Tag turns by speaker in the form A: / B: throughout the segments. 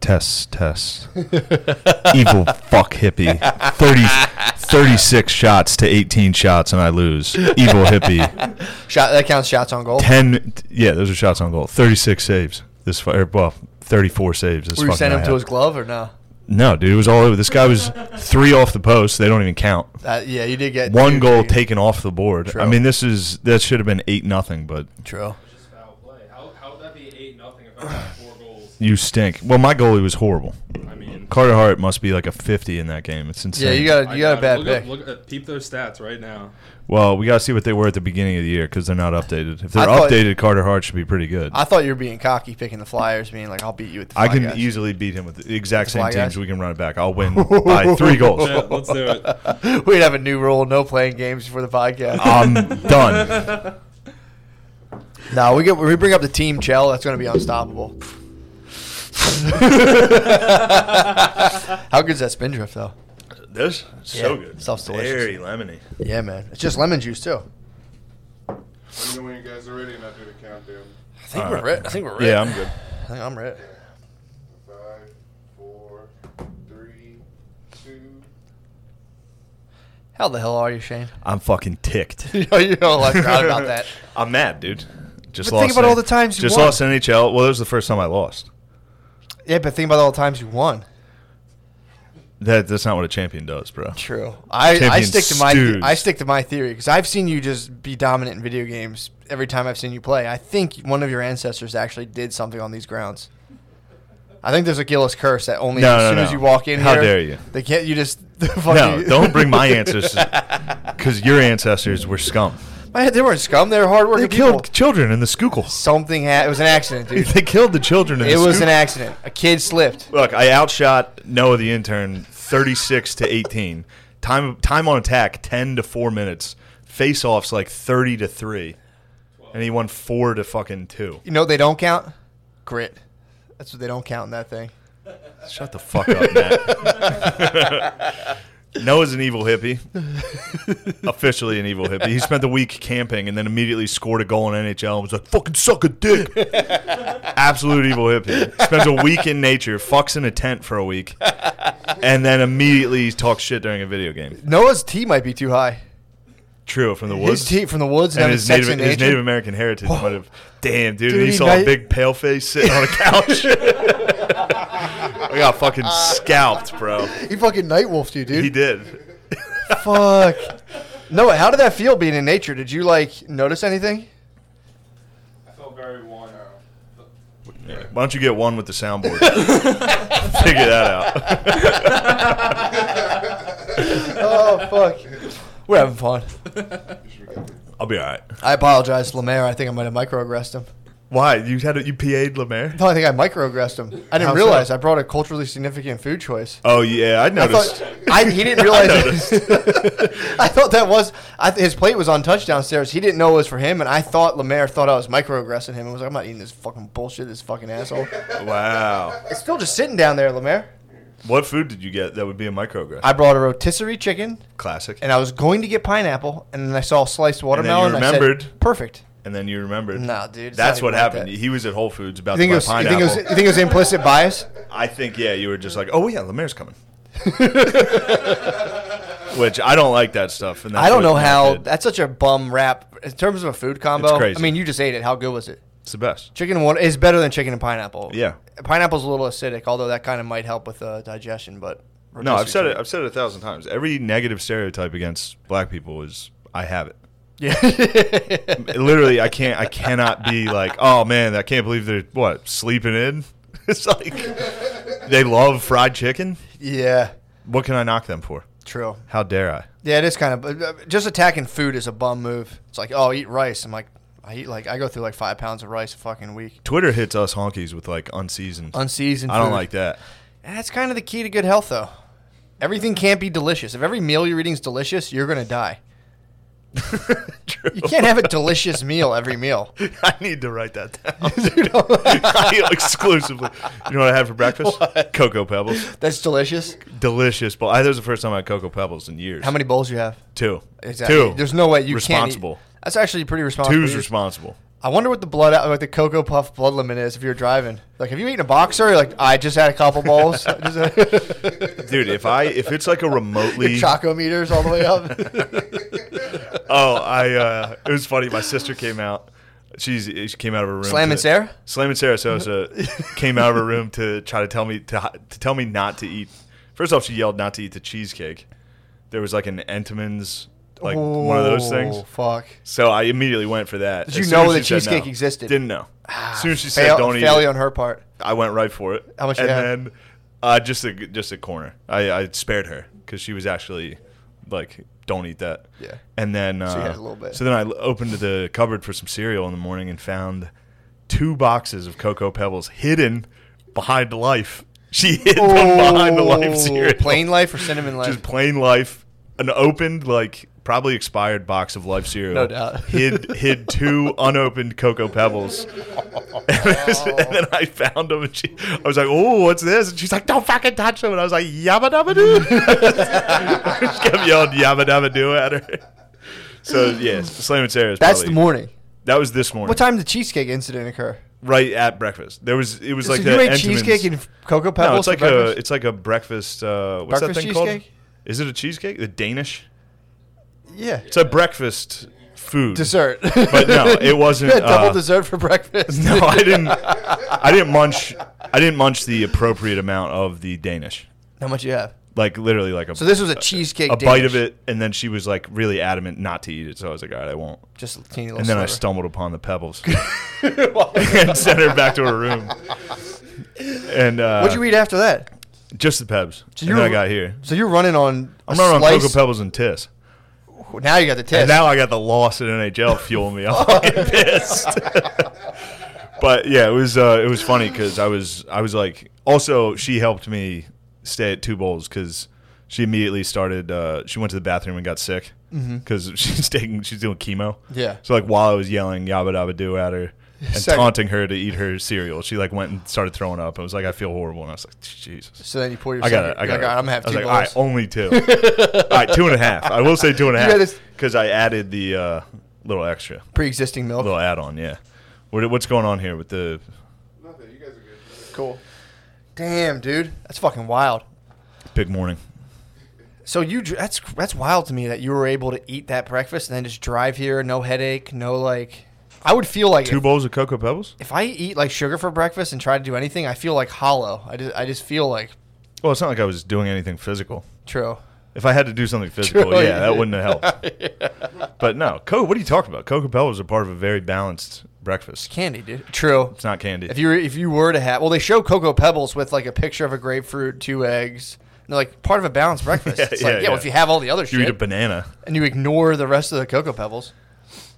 A: Test, test. Evil fuck hippie. 30, 36 shots to 18 shots, and I lose. Evil hippie.
B: Shot that counts shots on goal.
A: 10, yeah, those are shots on goal. 36 saves. This, fu- or, well, 34 saves. This
B: Were you
A: fucking
B: sending
A: guy
B: him to
A: had.
B: his glove or no?
A: No, dude, it was all over. This guy was three off the post. They don't even count.
B: Uh, yeah, you did get
A: One
B: you-
A: goal
B: you-
A: taken off the board. I
B: True.
A: mean, this is, that should have been 8 nothing, but
B: True.
C: Just foul play. How how would that be eight nothing if I got four goals?
A: you stink. Well, my goalie was horrible.
C: I mean,
A: Carter Hart must be like a 50 in that game. It's insane.
B: Yeah, you got a, you
C: I
B: got a bad
C: it.
B: pick.
C: look Up, look, uh, peep those stats right now.
A: Well, we gotta see what they were at the beginning of the year because they're not updated. If they're
B: I thought-
A: updated, Carter Hart should be pretty good.
B: I
A: I,
B: thought you were being cocky, picking the Flyers, being like, "I'll beat you at the." Fly
A: can
B: guys.
A: easily beat him with the exact same
B: Fly
A: teams.
B: guys?
A: We can run it back. I'll win by three goals.
C: Yeah, let's do it.
B: We'd have a new rule: no playing games before the podcast.
A: I'm done.
B: no, we get we bring up the team Chell. That's going to be unstoppable. How good's that spin drift though?
A: This is
B: so Yeah, good. stuff's delicious. Very
A: lemony.
B: Yeah, man, it's just lemon juice too.
D: Let me know when you guys are ready and I'll do the countdown.
B: I think
A: All
B: we're
A: right.
B: ri- I think we're ready.
A: Uh, Yeah, I'm good.
B: I think I'm ready.
D: Five, four, three, two.
B: How the hell are you, Shane?
A: I'm fucking ticked.
B: you don't like proud about that.
A: I'm mad, dude. Just
B: But
A: lost.
B: think about
A: in-
B: all the times you
A: just
B: won.
A: lost in NHL. Well, that was the first time I lost.
B: Yeah, but think about all the times you won.
A: That that's not what a champion does, bro.
B: True. I, I
A: Champion
B: stick to my
A: stews.
B: I stick to my theory because I've seen you just be dominant in video games every time I've seen you play. I think one of your ancestors actually did something on these grounds. I think there's a Gillis curse that only
A: No,
B: as
A: no,
B: soon
A: no.
B: as you walk in
A: How
B: here,
A: dare you.
B: They can't. You just
A: No,
B: fucking-
A: don't bring my ancestors because your ancestors were scum.
B: Man, they weren't scum. They were hardworking
A: They
B: people.
A: killed children in the Schuylkill.
B: Something happened. It was an accident, dude.
A: They killed the children. In
B: it
A: the
B: was an
A: Schuylkill.
B: accident. A kid slipped.
A: Look, I outshot Noah the intern 36 to 18. Time time on attack 10 to 4 minutes. Face offs like 30 to 3. And he won 4 to fucking 2.
B: You know what they don't count grit. That's what they don't count in that thing.
A: Shut the fuck up, Matt. Noah's an evil hippie. Officially an evil hippie. He spent the week camping and then immediately scored a goal in NHL and was like, fucking suck a dick. Absolute evil hippie. Spends a week in nature, fucks in a tent for a week, and then immediately talks shit during a video game.
B: Noah's tee might be too high.
A: True, from the
B: His
A: woods.
B: tee from the woods and,
A: and
B: having
A: his
B: sex
A: Native,
B: in
A: his
B: nature?
A: Native American heritage might have. Damn, dude,
B: Dude,
A: and he
B: he
A: saw a
B: might-
A: big pale face sitting on a couch. I got fucking scalped, bro.
B: He fucking night wolfed you, dude.
A: He did.
B: Fuck. Noah, how did that feel being in nature? Did you like notice anything?
C: I felt very worn out.
A: Why don't you get one with the soundboard? Figure that out.
B: Oh fuck. We're having fun.
A: I'll be all right.
B: I apologize, Lemaire. I think I might have microaggressed him.
A: Why you had a, you PA'd Lemaire?
B: No, I think I microaggressed him. I didn't
A: How so?
B: realize I brought a culturally significant food choice.
A: Oh yeah, I
B: I
A: noticed.
B: thought I, he didn't realize. I,
A: noticed.
B: thought that was I, th- his plate was untouched downstairs. He didn't know it was for him, and I thought Lemaire thought I was microaggressing him. I was like, I'm not eating this fucking bullshit. This fucking asshole.
A: wow.
B: It's still just sitting down there, Lemaire.
A: What food did you get that would be a microaggressive?
B: I brought a rotisserie chicken,
A: Classic.
B: and I was going to get pineapple, and then I saw sliced watermelon.
A: you
B: I said,
A: remembered.
B: perfect.
A: and then you remembered.
B: Nah, dude, it's
A: That's
B: not
A: what
B: even like
A: happened.
B: that.
A: He was at Whole Foods about
B: You
A: to
B: think, it
A: buy
B: was, you,
A: pineapple.
B: think it was, you think it was implicit bias?
A: I think yeah, you were just like, oh yeah, Lemaire's coming, which I don't like that stuff. And that's
B: I don't
A: what
B: know
A: Matt
B: how.
A: did.
B: That's such a bum rap in terms of a food combo.
A: It's crazy.
B: I mean, you just ate it. How good was it?
A: it's the best.
B: Chicken and water is better than chicken and pineapple.
A: Yeah.
B: pineapple's a little acidic, although that kind of might help with uh, digestion. But
A: No, I've said it. I've said it a thousand times. Every negative stereotype against black people is I have it.
B: Yeah,
A: Literally, I can't. I cannot be like, oh man, I can't believe they're what sleeping in. It's like they love fried chicken.
B: yeah,
A: What can I knock them for?
B: true.
A: How dare I?
B: Yeah, it is kind of uh, just attacking food is a bum move. It's like, oh, eat rice. I'm like, I eat like I go through like five pounds of rice a fucking week.
A: Twitter hits us honkies with like unseasoned.
B: Unseasoned.
A: I don't
B: food.
A: like that.
B: That's kind of the key to good health, though. Everything can't be delicious. If every meal you're eating is delicious, you're gonna die.
A: True.
B: You can't have a delicious meal every meal.
A: I need to write that down. I exclusively. You know what I had for breakfast? Cocoa Pebbles.
B: That's delicious.
A: Delicious. But I, that was the first time I had Cocoa Pebbles in years.
B: How many bowls you have?
A: Two.
B: Exactly.
A: Two.
B: There's no way you
A: responsible.
B: can't. eat- That's actually pretty responsible.
A: Two's
B: You're-
A: responsible.
B: I wonder what the blood, like the Cocoa Puff blood limit is if you're driving. Like, have you eaten a boxer? You're like, I just had a couple bowls.
A: Dude, if I if it's like a remotely
B: Your Choco meters all the way up.
A: oh, I uh, it was funny. My sister came out. She's eh, she came out of her room.
B: Slam
A: to-
B: and Sarah?
A: Slam and Sarah Sosa came out of her room to try to tell me to, hi- to tell me not to eat. First off, she yelled not to eat the cheesecake. There was like an Entenmann's like one of those
B: Oh,
A: things.
B: fuck.
A: So I immediately went for that.
B: Did you
A: As soon
B: know
A: as
B: the
A: she said
B: cheesecake
A: no.
B: existed?
A: Didn't know. as soon as she
B: Ah,
A: said
B: Fail-
A: don't eat
B: failure
A: it,
B: on her part.
A: I went right for it.
B: How much you
A: And
B: had?
A: then uh, just a just a corner. I, I spared her because she was actually like, "Don't eat that."
B: Yeah.
A: And then uh,
B: you had a little bit.
A: So then I l- opened the cupboard for some cereal in the morning and found two boxes of cocoa pebbles hidden behind life. She hid them behind the
B: Oh,
A: life cereal.
B: Plain life or cinnamon life?
A: Just plain life, an opened like probably expired box of life cereal.
B: No doubt.
A: Hid hid two unopened cocoa pebbles, and then I found them. And she, I was like, "Oh, what's this?" And she's like, "Don't fucking touch them." And I was like, "Yabba dabba doo." she kept yelling "Yabba dabba doo" at her. So yes, Slam and Sarah's.
B: That's
A: probably,
B: the morning.
A: That was this morning.
B: What time did the cheesecake incident occur?
A: Right at breakfast. There was. It was like
B: so
A: the
B: you ate
A: Entenmann's-
B: cheesecake and cocoa pebbles.
A: no, it's
B: for
A: like
B: breakfast?
A: a it's like a breakfast. Uh, what's
B: Breakfast
A: that thing
B: cheesecake?
A: called? Is it a cheesecake? The Danish.
B: yeah
A: It's a breakfast food.
B: dessert.
A: But no, it wasn't,
B: you had double
A: uh,
B: dessert for breakfast.
A: No, I didn't. I didn't munch. I didn't munch the appropriate amount of the Danish.
B: How much you have?
A: Like literally, like a
B: So this was a cheesecake.
A: a bite of
B: Danish.
A: it, and then she was like really adamant not to eat it. So I was like, all right, I won't.
B: Just a teeny little.
A: And then I
B: sliver.
A: stumbled upon the pebbles and sent her back to her room. And uh,
B: What'd you eat after that?
A: Just the pebs. and
B: you
A: then
B: were-
A: I got here.
B: So you're running on.
A: I'm
B: a
A: not on
B: slice-
A: cocoa pebbles and tiss.
B: Now you got the test.
A: And now I got the loss in NHL fueling me. I'm fucking pissed. but yeah, it was uh, it was funny because I was I was like also she helped me stay at two bowls because she immediately started uh, she went to the bathroom and got sick because she's taking she's doing chemo.
B: Mm-hmm. Yeah.
A: So like while I was yelling yabba dabba do at her. And
B: Second.
A: taunting her to eat her cereal, she like went and started throwing up. I was like, I feel horrible, and I was like, Jesus.
B: so then you pour your.
A: I got
B: second-
A: it. I
B: you're
A: got
B: like,
A: it.
B: "All right, I'm gonna have
A: I
B: two
A: was like,
B: balls."
A: all right, only two. all right, two and a half. I will say two and a
B: You had this-
A: half because I added the uh, little extra,
B: Pre-existing milk.
A: little add-on. Yeah. What, what's going on here with the?
D: Nothing. You guys are good.
B: Cool. Damn, dude, that's fucking wild.
A: Big morning.
B: So you dr- that's that's wild to me that you were able to eat that breakfast and then just drive here, no headache, no like. I would feel like
A: Two
B: if,
A: bowls of cocoa pebbles.
B: if I eat like sugar for breakfast and try to do anything, I feel like hollow. I just I just feel like
A: Well, it's not like I was doing anything physical.
B: true.
A: If I had to do something physical,
B: True,
A: yeah,
B: yeah.
A: that wouldn't have helped. But no, co- what are you talking about? Cocoa pebbles are part of a very balanced breakfast.
B: Candy, dude. True.
A: It's not candy.
B: If you were, if you were to have, well, they show cocoa pebbles with like a picture of a grapefruit, two eggs. And they're like part of a balanced breakfast.
A: Yeah,
B: it's
A: yeah,
B: like, yeah, well,
A: yeah.
B: if you have all the other
A: You eat a
B: shit
A: banana.
B: and you ignore the rest of the cocoa pebbles,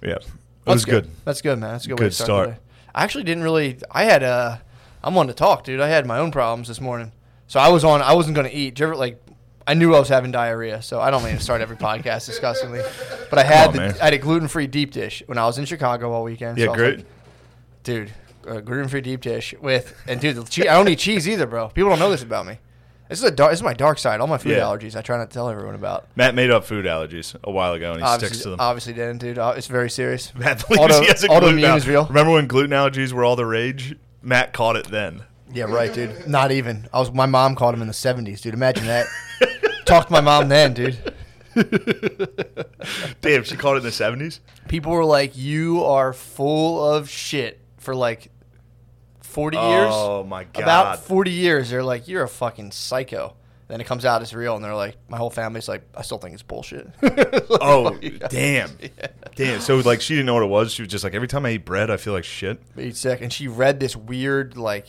A: Yeah, it
B: that's
A: was good.
B: That's good, man. That's a good, way
A: Good
B: to start.
A: start.
B: the day. I actually didn't really. I had uh i I'm one to talk, dude. I had my own problems this morning, so I was on. I wasn't going to eat. Did you ever, like, I knew I was having diarrhea, so I don't mean to start every podcast disgustingly, but I had
A: on, man.
B: the, I had a gluten free deep dish when I was in Chicago all weekend.
A: Yeah,
B: so I was
A: great.
B: like, dude, a gluten free deep dish with and dude, the cheese, I don't eat cheese either, bro. People don't know this about me. This is a dark, this is my dark side. All my food
A: Yeah.
B: allergies, I try not to tell everyone about.
A: Matt made up food allergies a while ago, and he
B: Obviously,
A: sticks to them.
B: obviously didn't, dude. Uh, It's very serious.
A: Matt believes
B: Auto-
A: he has a
B: autoimmune
A: gluten al-
B: is real.
A: Remember when gluten allergies were all the rage? Matt caught it then.
B: Yeah, right, dude. Not even. I was. My mom called him in the seventies, dude. Imagine that. Talked to my mom then, dude.
A: Damn, she caught it in the seventies.
B: People were like, "You are full of shit." For like forty years.
A: Oh my god!
B: About forty years, they're like, "You're a fucking psycho." Then it comes out it's real, and they're like, "My whole family's like, I still think it's bullshit." Like,
A: oh
B: fuck you guys.
A: damn, damn. So like she didn't know what it was. She was just like, every time I eat bread, I feel like shit.
B: Eight sec, and she read this weird like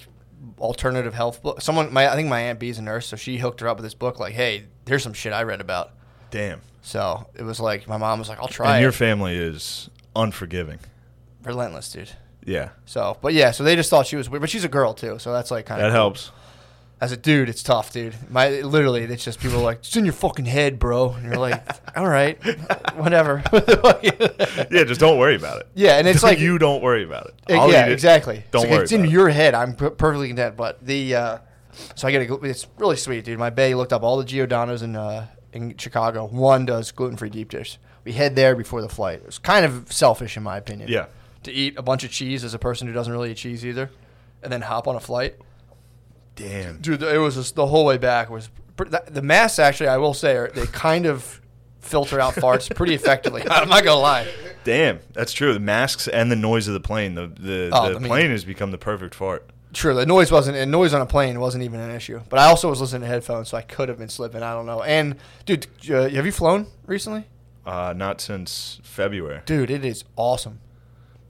B: alternative health book. Someone, my I think my aunt B's a nurse, so she hooked her up with this book. Like, hey, here's some shit I read about.
A: Damn.
B: So it was like my mom was like, "I'll try."
A: And
B: it.
A: your family is unforgiving.
B: relentless, dude.
A: Yeah,
B: So, but yeah, so they just thought she was weird, but she's a girl too, so that's like kind
A: that
B: of
A: helps.
B: As a dude, it's tough, dude. My literally, it's just people are like it's in your fucking head, bro, and you're like, all right, whatever.
A: Yeah, just don't worry about it.
B: yeah, and it's like
A: you don't worry about it.
B: it-
A: I'll
B: yeah,
A: eat it.
B: exactly.
A: Don't
B: it's like,
A: worry.
B: It's in
A: about it.
B: your head. I'm per- perfectly content, but the uh, so I get a, gl- it's really sweet, dude. My bae looked up all the Giordano's in uh, in Chicago. One does gluten free deep dish. We head there before the flight. It was kind of selfish, in my opinion.
A: Yeah.
B: to eat a bunch of cheese as a person who doesn't really eat cheese either, and then hop on a flight.
A: Damn.
B: Dude, it was just, the whole way back was pr- that- the masks. Actually, I will say, are, they kind of filter out farts pretty effectively. I'm not gonna lie.
A: Damn. That's true. The masks and the noise of the plane. The the,
B: Oh,
A: the
B: I mean-
A: plane has become the perfect fart.
B: Sure, the noise wasn't and noise on a plane wasn't even an issue. But I also was listening to headphones, so I could have been slipping. I don't know. And dude, uh, have you flown recently?
A: Uh, not since February.
B: Dude, it is awesome.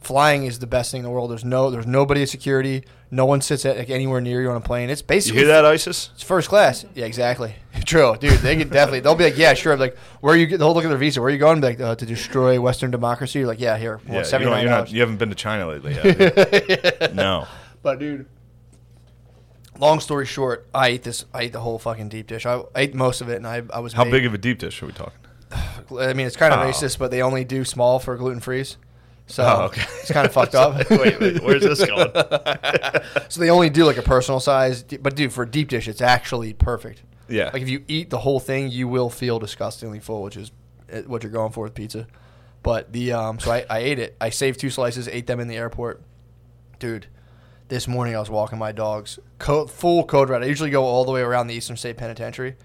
B: Flying is the best thing in the world. There's no there's nobody at security. No one sits at like, anywhere near you on a plane. It's
A: You
B: basically
A: hear that, ISIS?
B: It's first class. Yeah, exactly. True, dude. They could definitely. They'll be like, yeah, sure. I'm like, where are you? They'll look at their visa. Where are you going? Be like, uh, to destroy Western democracy. You're like, yeah, here.
A: Yeah, you,
B: seventy
A: don't-
B: nine
A: you're not,
B: dollars.
A: you haven't been to China lately, have you? no.
B: But dude, long story short, I ate this. I ate the whole fucking deep dish. I, I ate most of it, and I, I was
A: How
B: made-
A: big of a deep dish are we talking?
B: I mean, it's kind of
A: Oh.
B: racist, but they only do small for gluten freeze. So
A: Oh, okay.
B: it's kind of fucked up.
A: wait, wait, where's this going?
B: So they only do like a personal size, but dude, for a deep dish, it's actually perfect.
A: Yeah.
B: Like if you eat the whole thing, you will feel disgustingly full, which is eh, what you're going for with pizza. But the um, so I, I ate it. I saved two slices, ate them in the airport. Dude, this morning I was walking my dogs, co full code red. I usually go all the way around the Eastern State Penitentiary.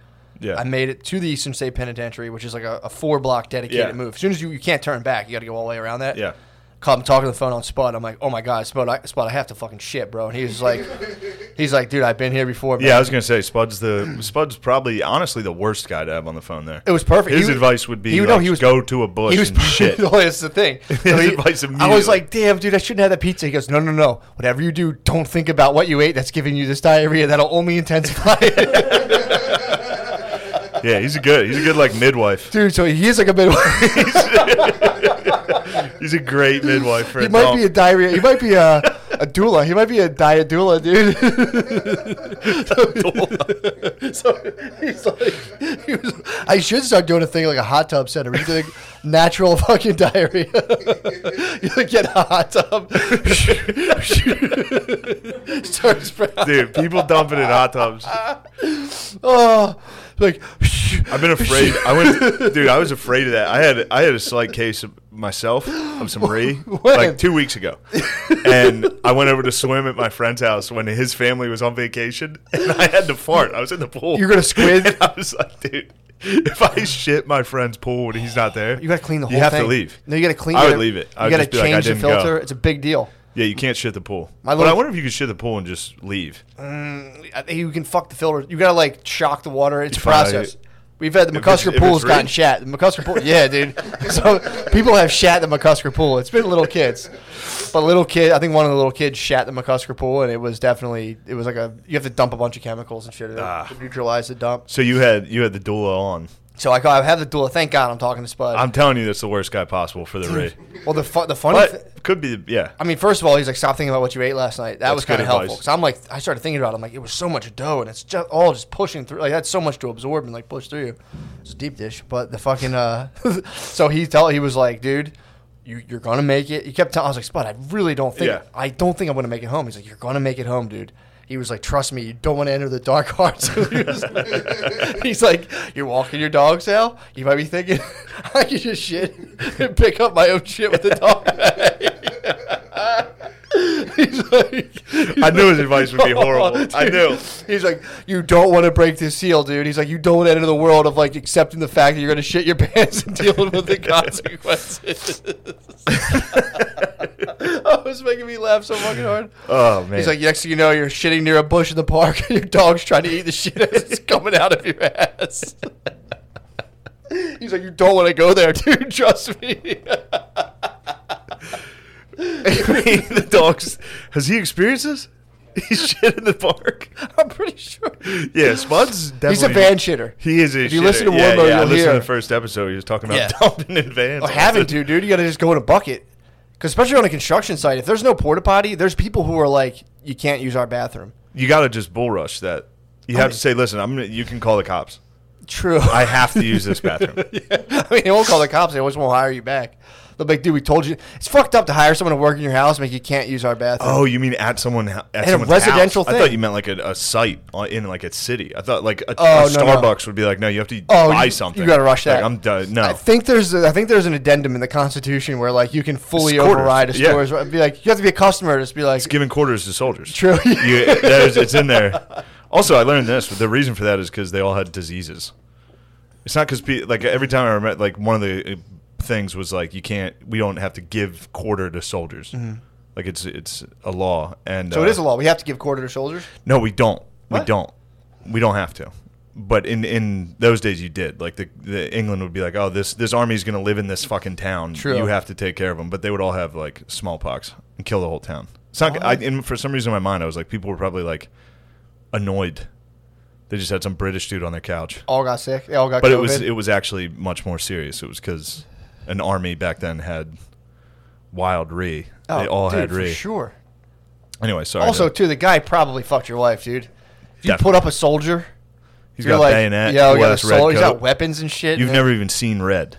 A: yeah.
B: I made it to the Eastern State Penitentiary, which is like a, a four block dedicated
A: Yeah.
B: move. As soon as you, you can't turn back, you got to go all the way around that.
A: Yeah.
B: Call- I'm talking on the phone on Spud. I'm like, oh my god, Spud, I, Spud, I have to fucking shit, bro. And he was like, he's like, dude, I've been here before. Man.
A: Yeah, I was gonna say Spud's the Spud's probably honestly the worst guy to have on the phone there.
B: It was perfect.
A: His
B: He-
A: advice would be
B: he-
A: like,
B: no, he was-
A: go to a bush
B: he was
A: and shit.
B: Oh, that's the thing. So he-
A: advice
B: I
A: immediately.
B: was like, damn, dude, I shouldn't have that pizza. He goes, no, no, no. Whatever you do, don't think about what you ate. That's giving you this diarrhea. That'll only intensify it.
A: yeah, he's a good he's a good like midwife.
B: dude, so he is like a midwife.
A: He's a great midwife for
B: he
A: a
B: might
A: dog.
B: be a diarrhea. He might be a, a doula. He might be a dia doula, dude. so he's like, he was, I should start doing a thing like a hot tub center. where You do like natural fucking diarrhea. you like get in a hot tub, start spreading.
A: Dude, people dumping in hot tubs.
B: Oh, like
A: I've been afraid. I went, dude. I was afraid of that. I had I had a slight case of myself of some re like two weeks ago, and I went over to swim at my friend's house when his family was on vacation, and I had to fart. I was in the pool.
B: You're gonna squid?
A: And I was like, dude, if I shit my friend's pool when he's not there,
B: You gotta clean the whole
A: You have
B: thing.
A: to leave.
B: No, you gotta clean.
A: I
B: you
A: would
B: gotta-
A: leave it. I
B: you
A: would
B: gotta
A: just be like, I
B: change the
A: didn't go.
B: filter. It's a big deal.
A: Yeah, you can't shit the pool.
B: My
A: but I
B: little-
A: wonder if you could shit the pool and just leave.
B: Mm, I think you can fuck the filter. You gotta like shock the water. It's a
A: find out
B: process.
A: you-
B: We've had the
A: If it's-
B: McCusker
A: if it's
B: pool's gotten
A: rigged?
B: shat. The McCusker pool, yeah, dude. So people have shat the McCusker pool. It's been little kids, but little kid. I think one of the little kids shat the McCusker pool, and it was definitely it was like a you have to dump a bunch of chemicals and shit to-
A: Ah.
B: to neutralize the dump.
A: So you had you had the doula on.
B: So I, go- I have the duel. Thank God I'm talking to Spud.
A: I'm telling you, that's the worst guy possible for the raid.
B: well, the fu- the funny. thi-
A: But could be, yeah.
B: I mean, first of all, he's like, stop thinking about what you ate last night. That was
A: good
B: kind of helpful.
A: advice.
B: Because I'm like, I started thinking about it. I'm like, it was so much dough, and it's just all just pushing through. Like that's so much to absorb and like push through. It's a deep dish, but the fucking. uh So he tell he was like, dude, you you're gonna make it. He kept telling. I was like, Spud, I really don't think
A: Yeah.
B: I don't think I'm gonna make it home. He's like, you're gonna make it home, dude. He was like, "Trust me, you don't want to enter the dark arts." He was like- he's like, "You're walking your dog, Sal. You might be thinking I can just shit and pick up my own shit with the dog." he's like,
A: I knew his advice would be horrible. I knew.
B: He's like, you don't want to break this seal, dude. He's like, you don't want to enter the world of like accepting the fact that you're gonna shit your pants and dealing with the consequences. oh, it's making me laugh so fucking hard.
A: Oh man.
B: He's like, next thing you know, you're shitting near a bush in the park, and your dog's trying to eat the shit as it's coming out of your ass. He's like, you don't want to go there, dude. Trust me.
A: the dogs. Has he experienced this? He shit in the park.
B: I'm pretty sure.
A: Yeah, Spud's definitely.
B: He's a van shitter.
A: He is a
B: If you listen to
A: shitter. yeah,
B: Warmo,
A: yeah, I
B: you'll
A: listened
B: hear.
A: to the first episode. He was talking about
B: Yeah.
A: dumping in vans.
B: Or having to, dude. You got to just go in a bucket. Because especially on a construction site, if there's no porta potty, there's people who are like, you can't use our bathroom.
A: You got to just bull rush that. You have
B: mean-
A: to say, listen, I'm. Gonna, you can call the cops.
B: True.
A: I have to use this bathroom.
B: I mean, they won't call the cops. They always won't hire you back. They'll be like, dude, we told you. It's fucked up to hire someone to work in your house and like you can't use our bathroom.
A: Oh, you mean at someone at
B: a
A: someone's
B: residential
A: house. I thought
B: thing.
A: you meant like a, a site uh, in like a city. I thought like a, a
B: Oh, no, no.
A: Starbucks would be like, no, you have to
B: Oh,
A: buy
B: you-
A: something.
B: you gotta rush
A: Like,
B: that.
A: I'm done. No,
B: I think there's I think there's an addendum in the Constitution where like you can fully
A: It's quarters.
B: override a
A: Yeah.
B: store's right be like you have to be a customer. Just be like
A: it's giving quarters to soldiers.
B: True.
A: you, there's- it's in there. Also, I learned this. But the reason for that is because they all had diseases. It's not because pe- like every time I remember, like one of the uh, things was like you can't. We don't have to give quarter to soldiers.
B: Mm-hmm.
A: Like it's it's a law, and
B: so.
A: uh,
B: It is a law. We have to give quarter to soldiers.
A: No, we don't. We
B: What?
A: don't. We don't have to. But in, in those days, you did. Like the, the England would be like, oh, this this army's going to live in this fucking town.
B: True.
A: You have to take care of them. But they would all have like smallpox and kill the whole town. It's not. I, and for some reason in my mind, I was like, people were probably like annoyed. They just had some British dude on their couch.
B: All got sick. They all got.
A: But
B: Oh, COVID.
A: it was it was actually much more serious. It was because an army back then had wild re.
B: Oh,
A: they all
B: dude,
A: had
B: for
A: re.
B: sure.
A: Anyway, sorry.
B: Also,
A: to-
B: too, the guy probably fucked your wife, dude. If you
A: Definitely.
B: put up a soldier,
A: he's
B: you're
A: got
B: like,
A: bayonet.
B: Yo,
A: he
B: yeah,
A: wears
B: the
A: red
B: soldier. He's got
A: coat.
B: weapons and shit.
A: You've
B: and-
A: never even seen red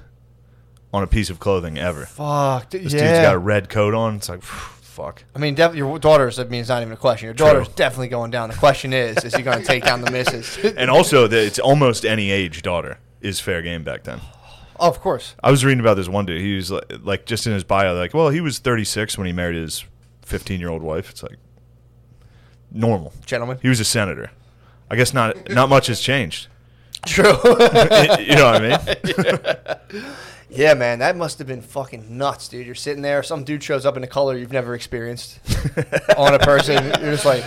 A: on a piece of clothing ever.
B: Fuck. dude,
A: This
B: yeah.
A: dude's got a red coat on. It's like, fuck.
B: I mean, def- your daughter's. I mean, it's not even a question. Your daughter's
A: True.
B: definitely going down. The question is, is he going to take down the missus?
A: And also, that it's almost any age daughter is fair game back then.
B: oh, of course.
A: I was reading about this one dude. He was like, like just in his bio, like, well, he was 36 when he married his 15 year old wife. It's like normal.
B: Gentlemen.
A: He was a senator. I guess not. Not much has changed.
B: True.
A: you know what I mean?
B: yeah, man, that must have been fucking nuts, dude. You're sitting there, some dude shows up in a color you've never experienced on a person. You're just like,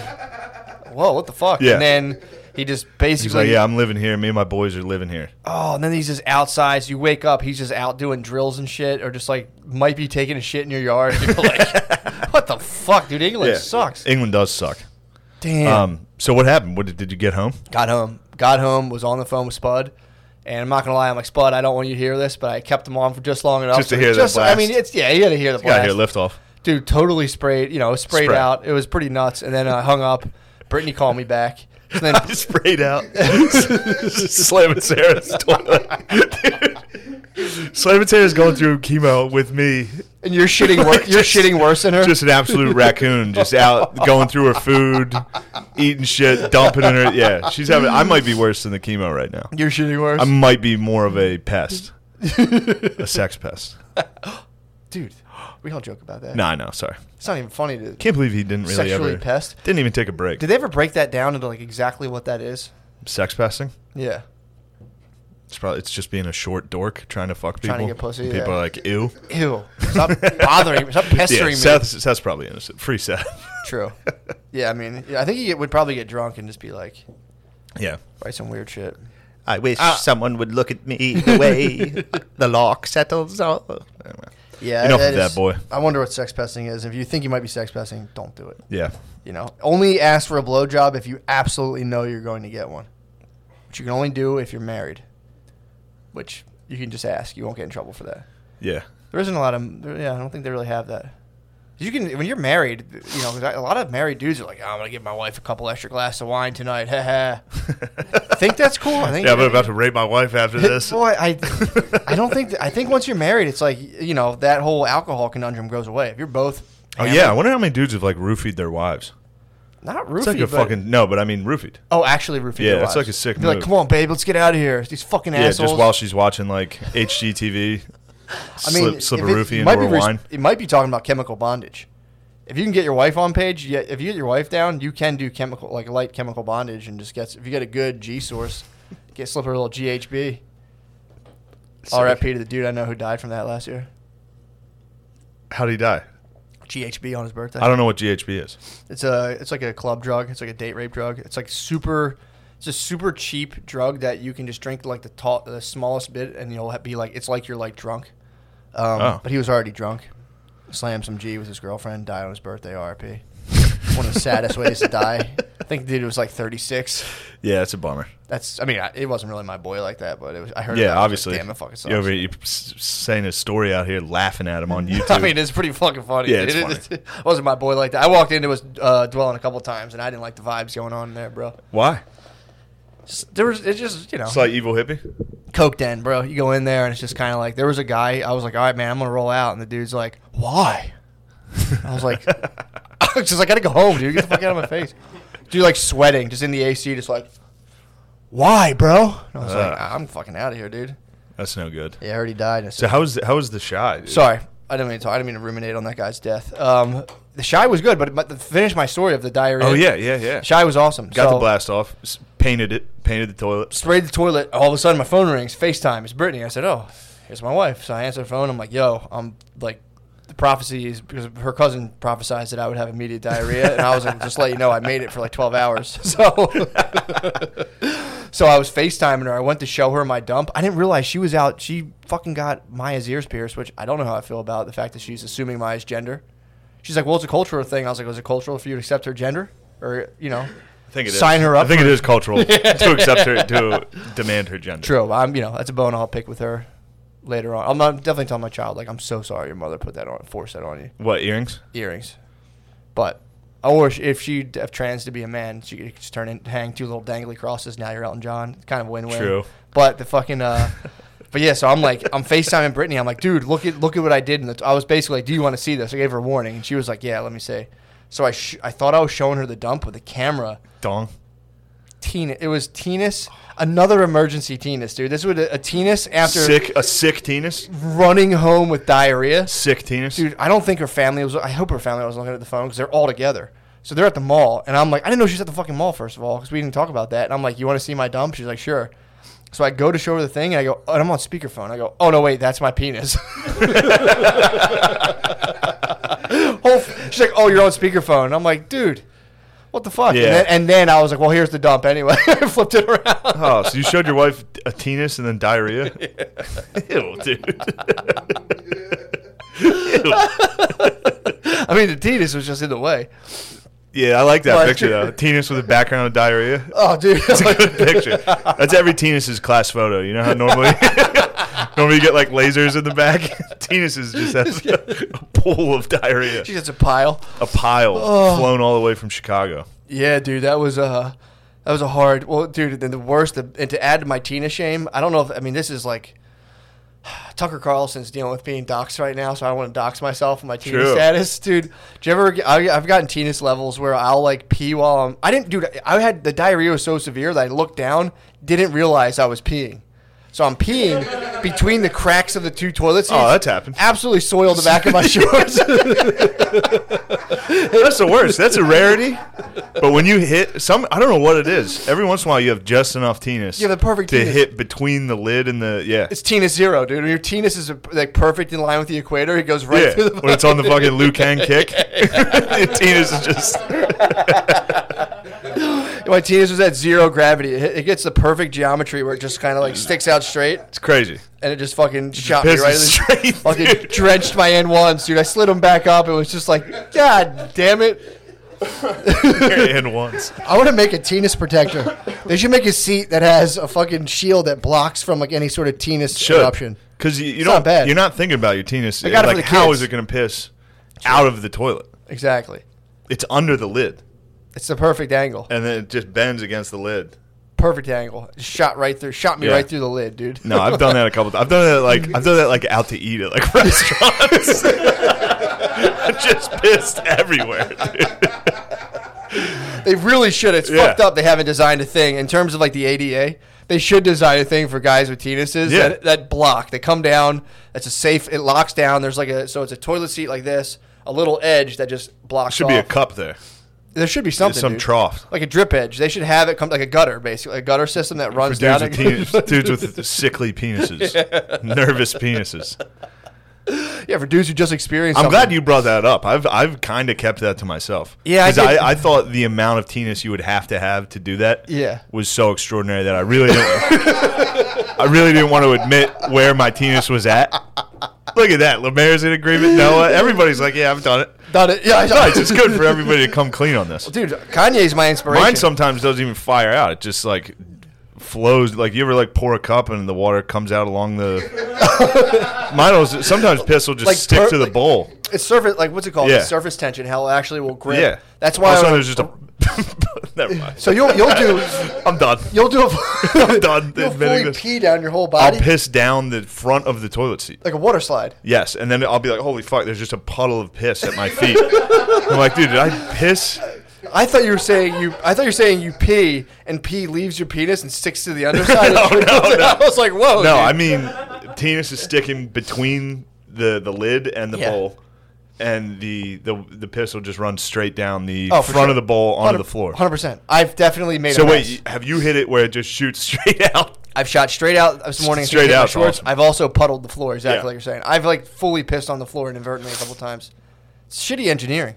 B: whoa, what the fuck?
A: Yeah.
B: And then he just
A: He's
B: basically,
A: like, yeah, I'm living here. Me and my boys are living here.
B: oh, and then he's just outside. So you wake up, he's just out doing drills and shit, or just like might be taking a shit in your yard. You're like, what the fuck, dude? England
A: Yeah.
B: sucks.
A: England does suck.
B: Damn.
A: Um, so what happened? What did, did you get home?
B: Got home. Got home. Was on the phone with Spud. And I'm not gonna lie, I'm like Spud. I don't want you to hear this, but I kept him on for just long enough.
A: Just to hear the
B: I mean,
A: blast.
B: it's yeah, you had to hear the
A: Got
B: blast.
A: here, lift off.
B: Dude, totally sprayed. You know, sprayed
A: Spray.
B: out. It was pretty nuts. And then I hung up. Brittany called me back. And then
A: I sprayed out, slamming Sarah's toilet. Dude. Slamming Sarah's going through chemo with me,
B: and you're shitting. Wor- you're
A: Just-
B: shitting worse than her.
A: just an absolute raccoon, just out going through her food, eating shit, dumping in her. Yeah, she's having. I might be worse than the chemo right now.
B: you're shitting worse.
A: I might be more of a pest, a sex pest.
B: Dude, we all joke about that.
A: No, I know. Sorry,
B: It's not even funny to.
A: can't believe he didn't really
B: Sexually
A: ever
B: pest?
A: Didn't even take a break.
B: Did they ever break that down into like exactly what that is?
A: sex pesting?
B: Yeah.
A: It's probably it's just being a short dork trying to fuck people.
B: Trying to get pussy,
A: People
B: yeah.
A: are like, ew.
B: Ew. Stop bothering. me. Stop pestering
A: yeah,
B: me.
A: Seth, Seth's probably innocent. Free Seth.
B: True. Yeah, I mean, yeah, I think he would probably get drunk and just be like,
A: yeah.
B: write some weird shit.
E: I wish
B: Ah.
E: someone would look at me the way the lock settles. All.
A: Anyway.
B: Yeah,
A: Enough
B: that
A: of that,
B: is-
A: boy.
B: I wonder what sex pesting is. If you think you might be sex pesting, don't do it.
A: Yeah.
B: You know, only ask for a blowjob if you absolutely know you're going to get one, which you can only do if you're married. Which you can just ask. You won't get in trouble for that.
A: Yeah.
B: There isn't a lot of there- yeah. I don't think they really have that. You can when you're married, you know, 'cause I- a lot of married dudes are like, "Oh, I'm gonna give my wife a couple extra glass of wine tonight. I think that's cool. I think
A: Yeah, I'm about to rape my wife after this.
B: Boy, I, I don't think. I think once you're married, it's like you know that whole alcohol conundrum goes away. If you're both,
A: Oh
B: hammered-
A: yeah, I wonder how many dudes have like roofied their wives.
B: not
A: It's
B: roofied.
A: like a
B: but-
A: fucking no, but I mean roofied.
B: Oh, actually, roofied.
A: Yeah,
B: their
A: that's like
B: wives.
A: a sick
B: Be like,
A: move.
B: come on, babe, let's get out of here. These fucking
A: Yeah,
B: assholes.
A: just while she's watching like HGTV.
B: I mean,
A: slip, slip a
B: if it-
A: roofie
B: you
A: into
B: might be
A: her
B: res-
A: wine.
B: It might be talking about chemical bondage. If you can get your wife on page, yeah, if you get your wife down, you can do chemical like light chemical bondage and just get if you get a good G source, get slip her a little GHB. R.I.P. to the dude I know who died from that last year.
A: How'd he die?
B: GHB on his birthday.
A: I don't know what GHB is.
B: It's a it's like a club drug. It's like a date rape drug. It's like super. It's a super cheap drug that you can just drink like the tall, the smallest bit, and you'll ha- be like it's like you're like drunk. Um,
A: Oh.
B: But he was already drunk. Slammed some G with his girlfriend. Died on his birthday. R.I.P. One of the saddest ways to die. I think the dude was like 36.
A: Yeah, it's a bummer.
B: That's I mean I, it wasn't really my boy like that, but it was I heard.
A: Yeah,
B: about it, I was
A: obviously.
B: Like, Damn, it fucking sucks.
A: You over here, you're s- saying his story out here, laughing at him on YouTube.
B: I mean, it's pretty fucking funny.
A: Yeah, it's
B: dude. It wasn't my boy like that. I walked into his uh, dwelling a couple times, and I didn't like the vibes going on in there, bro.
A: why?
B: S- There was it's just you know
A: Slight evil hippie.
B: Coke Den, bro. You go in there and it's just kind of like there was a guy. I was like, all right, man, I'm gonna roll out, and the dude's like, why? I was like, I was just like, I gotta go home, dude. Get the fuck out of my face. Dude, like sweating, just in the AC, just like, why, bro? And I was
A: Ugh.
B: like, I'm fucking out of here, dude.
A: That's no good.
B: Yeah, I already died. And
A: Uh. So how was the, how was the shy? dude?
B: Sorry, I didn't mean to. Talk, I didn't mean to ruminate on that guy's death. Um, the shy was good, but, but to finish my story of the diarrhea.
A: Oh yeah, yeah, yeah.
B: shy was awesome.
A: Got the
B: So-
A: blast off. s- Painted it. Painted the toilet.
B: sprayed the toilet. All of a sudden, my phone rings. FaceTime. It's Brittany. I said, "Oh, here's my wife." So I answer the phone. I'm like, "Yo, I'm like." The prophecy is because her cousin prophesied that I would have immediate diarrhea, and I was like, just let you know, I made it for like 12 hours. So, so I was FaceTiming her. I went to show her my dump. I didn't realize she was out. She fucking got Maya's ears pierced, which I don't know how I feel about the fact that she's assuming Maya's gender. She's like, well, it's a cultural thing. I was like, was it cultural for you to accept her gender, or you know?
A: I think it is.
B: Sign her up
A: I think
B: for
A: it is cultural to accept her to demand her gender.
B: True. I'm, you know, that's a bone I'll pick with her later on. I'm, I'm definitely telling my child, like, I'm so sorry your mother put that on, forced that on you.
A: What earrings?
B: Earrings. But, or sh- if she d- if trans to be a man, she could just turn and hang two little dangly crosses. Now you're Elton John. It's kind of win win.
A: True.
B: But the fucking, uh, but yeah, so I'm like, I'm FaceTiming Brittany. I'm like, dude, look at look at what I did. And I was basically like, do you want to see this? I gave her a warning. And she was like, yeah, let me see. So I, sh- I thought I was showing her the dump with the camera.
A: Dong.
B: Teen- it was Tennis, another emergency Tennis, dude. This was a, a Tennis after
A: Sick. A sick penis.
B: running home with diarrhea.
A: Sick penis.
B: Dude, I don't think her family was. I hope her family was looking at the phone because they're all together. So they're at the mall, and I'm like, I didn't know she was at the fucking mall first of all because we didn't talk about that. And I'm like, you want to see my dump? She's like, sure. So I go to show her the thing, and I go, oh, and I'm on speakerphone. I go, oh no, wait, that's my penis. Whole f- she's like, oh, you're on speakerphone. And I'm like, dude, what the fuck?
A: Yeah.
B: And, then, and then I was like, well, here's the dump anyway. I flipped it around.
A: Oh, so you showed your wife a penis and then diarrhea? Ew, dude. Ew.
B: I mean, the penis was just in the way.
A: Yeah, I like that
B: But-
A: picture though. Penis with a background of diarrhea.
B: Oh, dude.
A: That's a good picture. That's every Tennis's class photo. You know how normally normally you get like lasers in the back. Tennis's just has a, pool of diarrhea,
B: She gets a pile.
A: a pile
B: Oh.
A: flown all the way from Chicago.
B: Yeah, dude, that was uh that was a hard. Well, dude, then the worst. The, and to add to my Tina shame, I don't know if I mean this is like Tucker Carlson's dealing with being doxxed right now, so I don't want to dox myself and my Tina
A: True.
B: status, dude. Do you ever? get- I, I've gotten Tina's levels where I'll like pee while I'm. I didn't, dude. I had the diarrhea was so severe that I looked down, didn't realize I was peeing. So I'm peeing between the cracks of the two toilet seats.
A: Oh, that's happened.
B: Absolutely soiled the back of my shorts.
A: That's the worst. That's a rarity. But when you hit some, I don't know what it is. Every once in a while, you have just enough tennis.
B: You have the perfect
A: to
B: tennis.
A: hit between the lid and the yeah.
B: It's tennis zero, dude. When your tennis is like perfect in line with the equator, it goes right
A: yeah,
B: through the.
A: when it's on the fucking Liu Kang kick, tennis is just
B: My tennis was at zero gravity. It, hit- it gets the perfect geometry where it just kind of like sticks out straight,
A: it's crazy.
B: and it just fucking shot me
A: Pisses
B: right. in the-
A: straight,
B: Fucking
A: dude.
B: drenched my N ones, dude. I slid them back up. It was just like, God damn it!
A: and once.
B: I want to make a tennis protector. They should make a seat that has a fucking shield that blocks from like any sort of tennis
A: Should
B: eruption.
A: because you, you
B: not
A: don't
B: bad.
A: you're not thinking about your penis.
B: I got it for
A: like
B: the
A: how
B: kids.
A: is it going to piss out of the toilet?
B: Exactly.
A: It's under the lid,
B: It's the perfect angle.
A: and then it just bends against the lid.
B: Perfect angle. Shot right through. Shot me
A: Yeah.
B: right through the lid, dude.
A: No, I've done that a couple. Times. I've done that like I've done that like out to eat at like restaurants. just pissed everywhere. Dude.
B: They really should. It's
A: Yeah.
B: fucked up. They haven't designed a thing in terms of like the ADA. They should design a thing for guys with penises
A: Yeah.
B: that, that block. They come down. That's a safe. It locks down. There's like a so it's a toilet seat like this, a little edge that just blocks.
A: Should be a
B: off.
A: cup there.
B: There should be something.
A: some
B: dude.
A: trough.
B: Like a drip edge. They should have it come like a gutter, basically a gutter system that
A: For
B: runs
A: dudes
B: down.
A: with,
B: and-
A: penis, dudes with sickly penises, nervous penises.
B: yeah, for dudes who just experienced.
A: I'm
B: something.
A: glad you brought that up. I've I've kind of kept that to myself.
B: Yeah, I
A: 'Cause
B: did.
A: I, I thought the amount of tennis you would have to have to do that.
B: Yeah.
A: was so extraordinary that I really didn't. I really didn't want to admit where my tennis was at. Look at that, Lemaire's in agreement. Noah, everybody's like, yeah, I've done it.
B: Done it. Yeah, I-
A: It's nice. It's good for everybody to come clean on this.
B: Dude, Kanye's my inspiration.
A: Mine sometimes doesn't even fire out. It just like flows. Like you ever like pour a cup and the water comes out along the. Mine will sometimes piss will just
B: Like
A: stick
B: per-
A: to the
B: like-
A: bowl.
B: It's surface like what's it called?
A: Yeah.
B: It's surface tension. Hell, it actually will grip.
A: Yeah,
B: That's why
A: Also,
B: I
A: there's just a Never mind.
B: So you'll you'll do
A: I'm done.
B: you'll do a
A: I'm done
B: You'll
A: admitting
B: fully
A: this.
B: pee down your whole
A: I'll
B: body
A: piss down the front of the toilet seat.
B: like a water slide.
A: Yes, and then I'll be like, "Holy fuck!" There's just a puddle of piss at my feet. I'm like, "Dude, did I piss?"
B: I thought you were saying you. I thought you were saying you pee and pee leaves your penis and sticks to the underside.
A: No,
B: and
A: no, no.
B: I was like,
A: No,
B: whoa. dude.
A: I mean, penis is sticking between the the lid and the
B: Yeah.
A: bowl, and the the the piss will just run straight down the
B: Oh, for
A: front
B: sure.
A: of the bowl onto the floor.
B: Hundred percent. I've definitely made.
A: So
B: a
A: wait,
B: mess.
A: you- have you hit it where it just shoots straight out?
B: I've shot straight out this morning.
A: Straight
B: through my
A: out,
B: shorts.
A: awesome.
B: I've also puddled the floor, exactly
A: Yeah.
B: like you're saying. I've like fully pissed on the floor inadvertently a couple times. It's shitty engineering.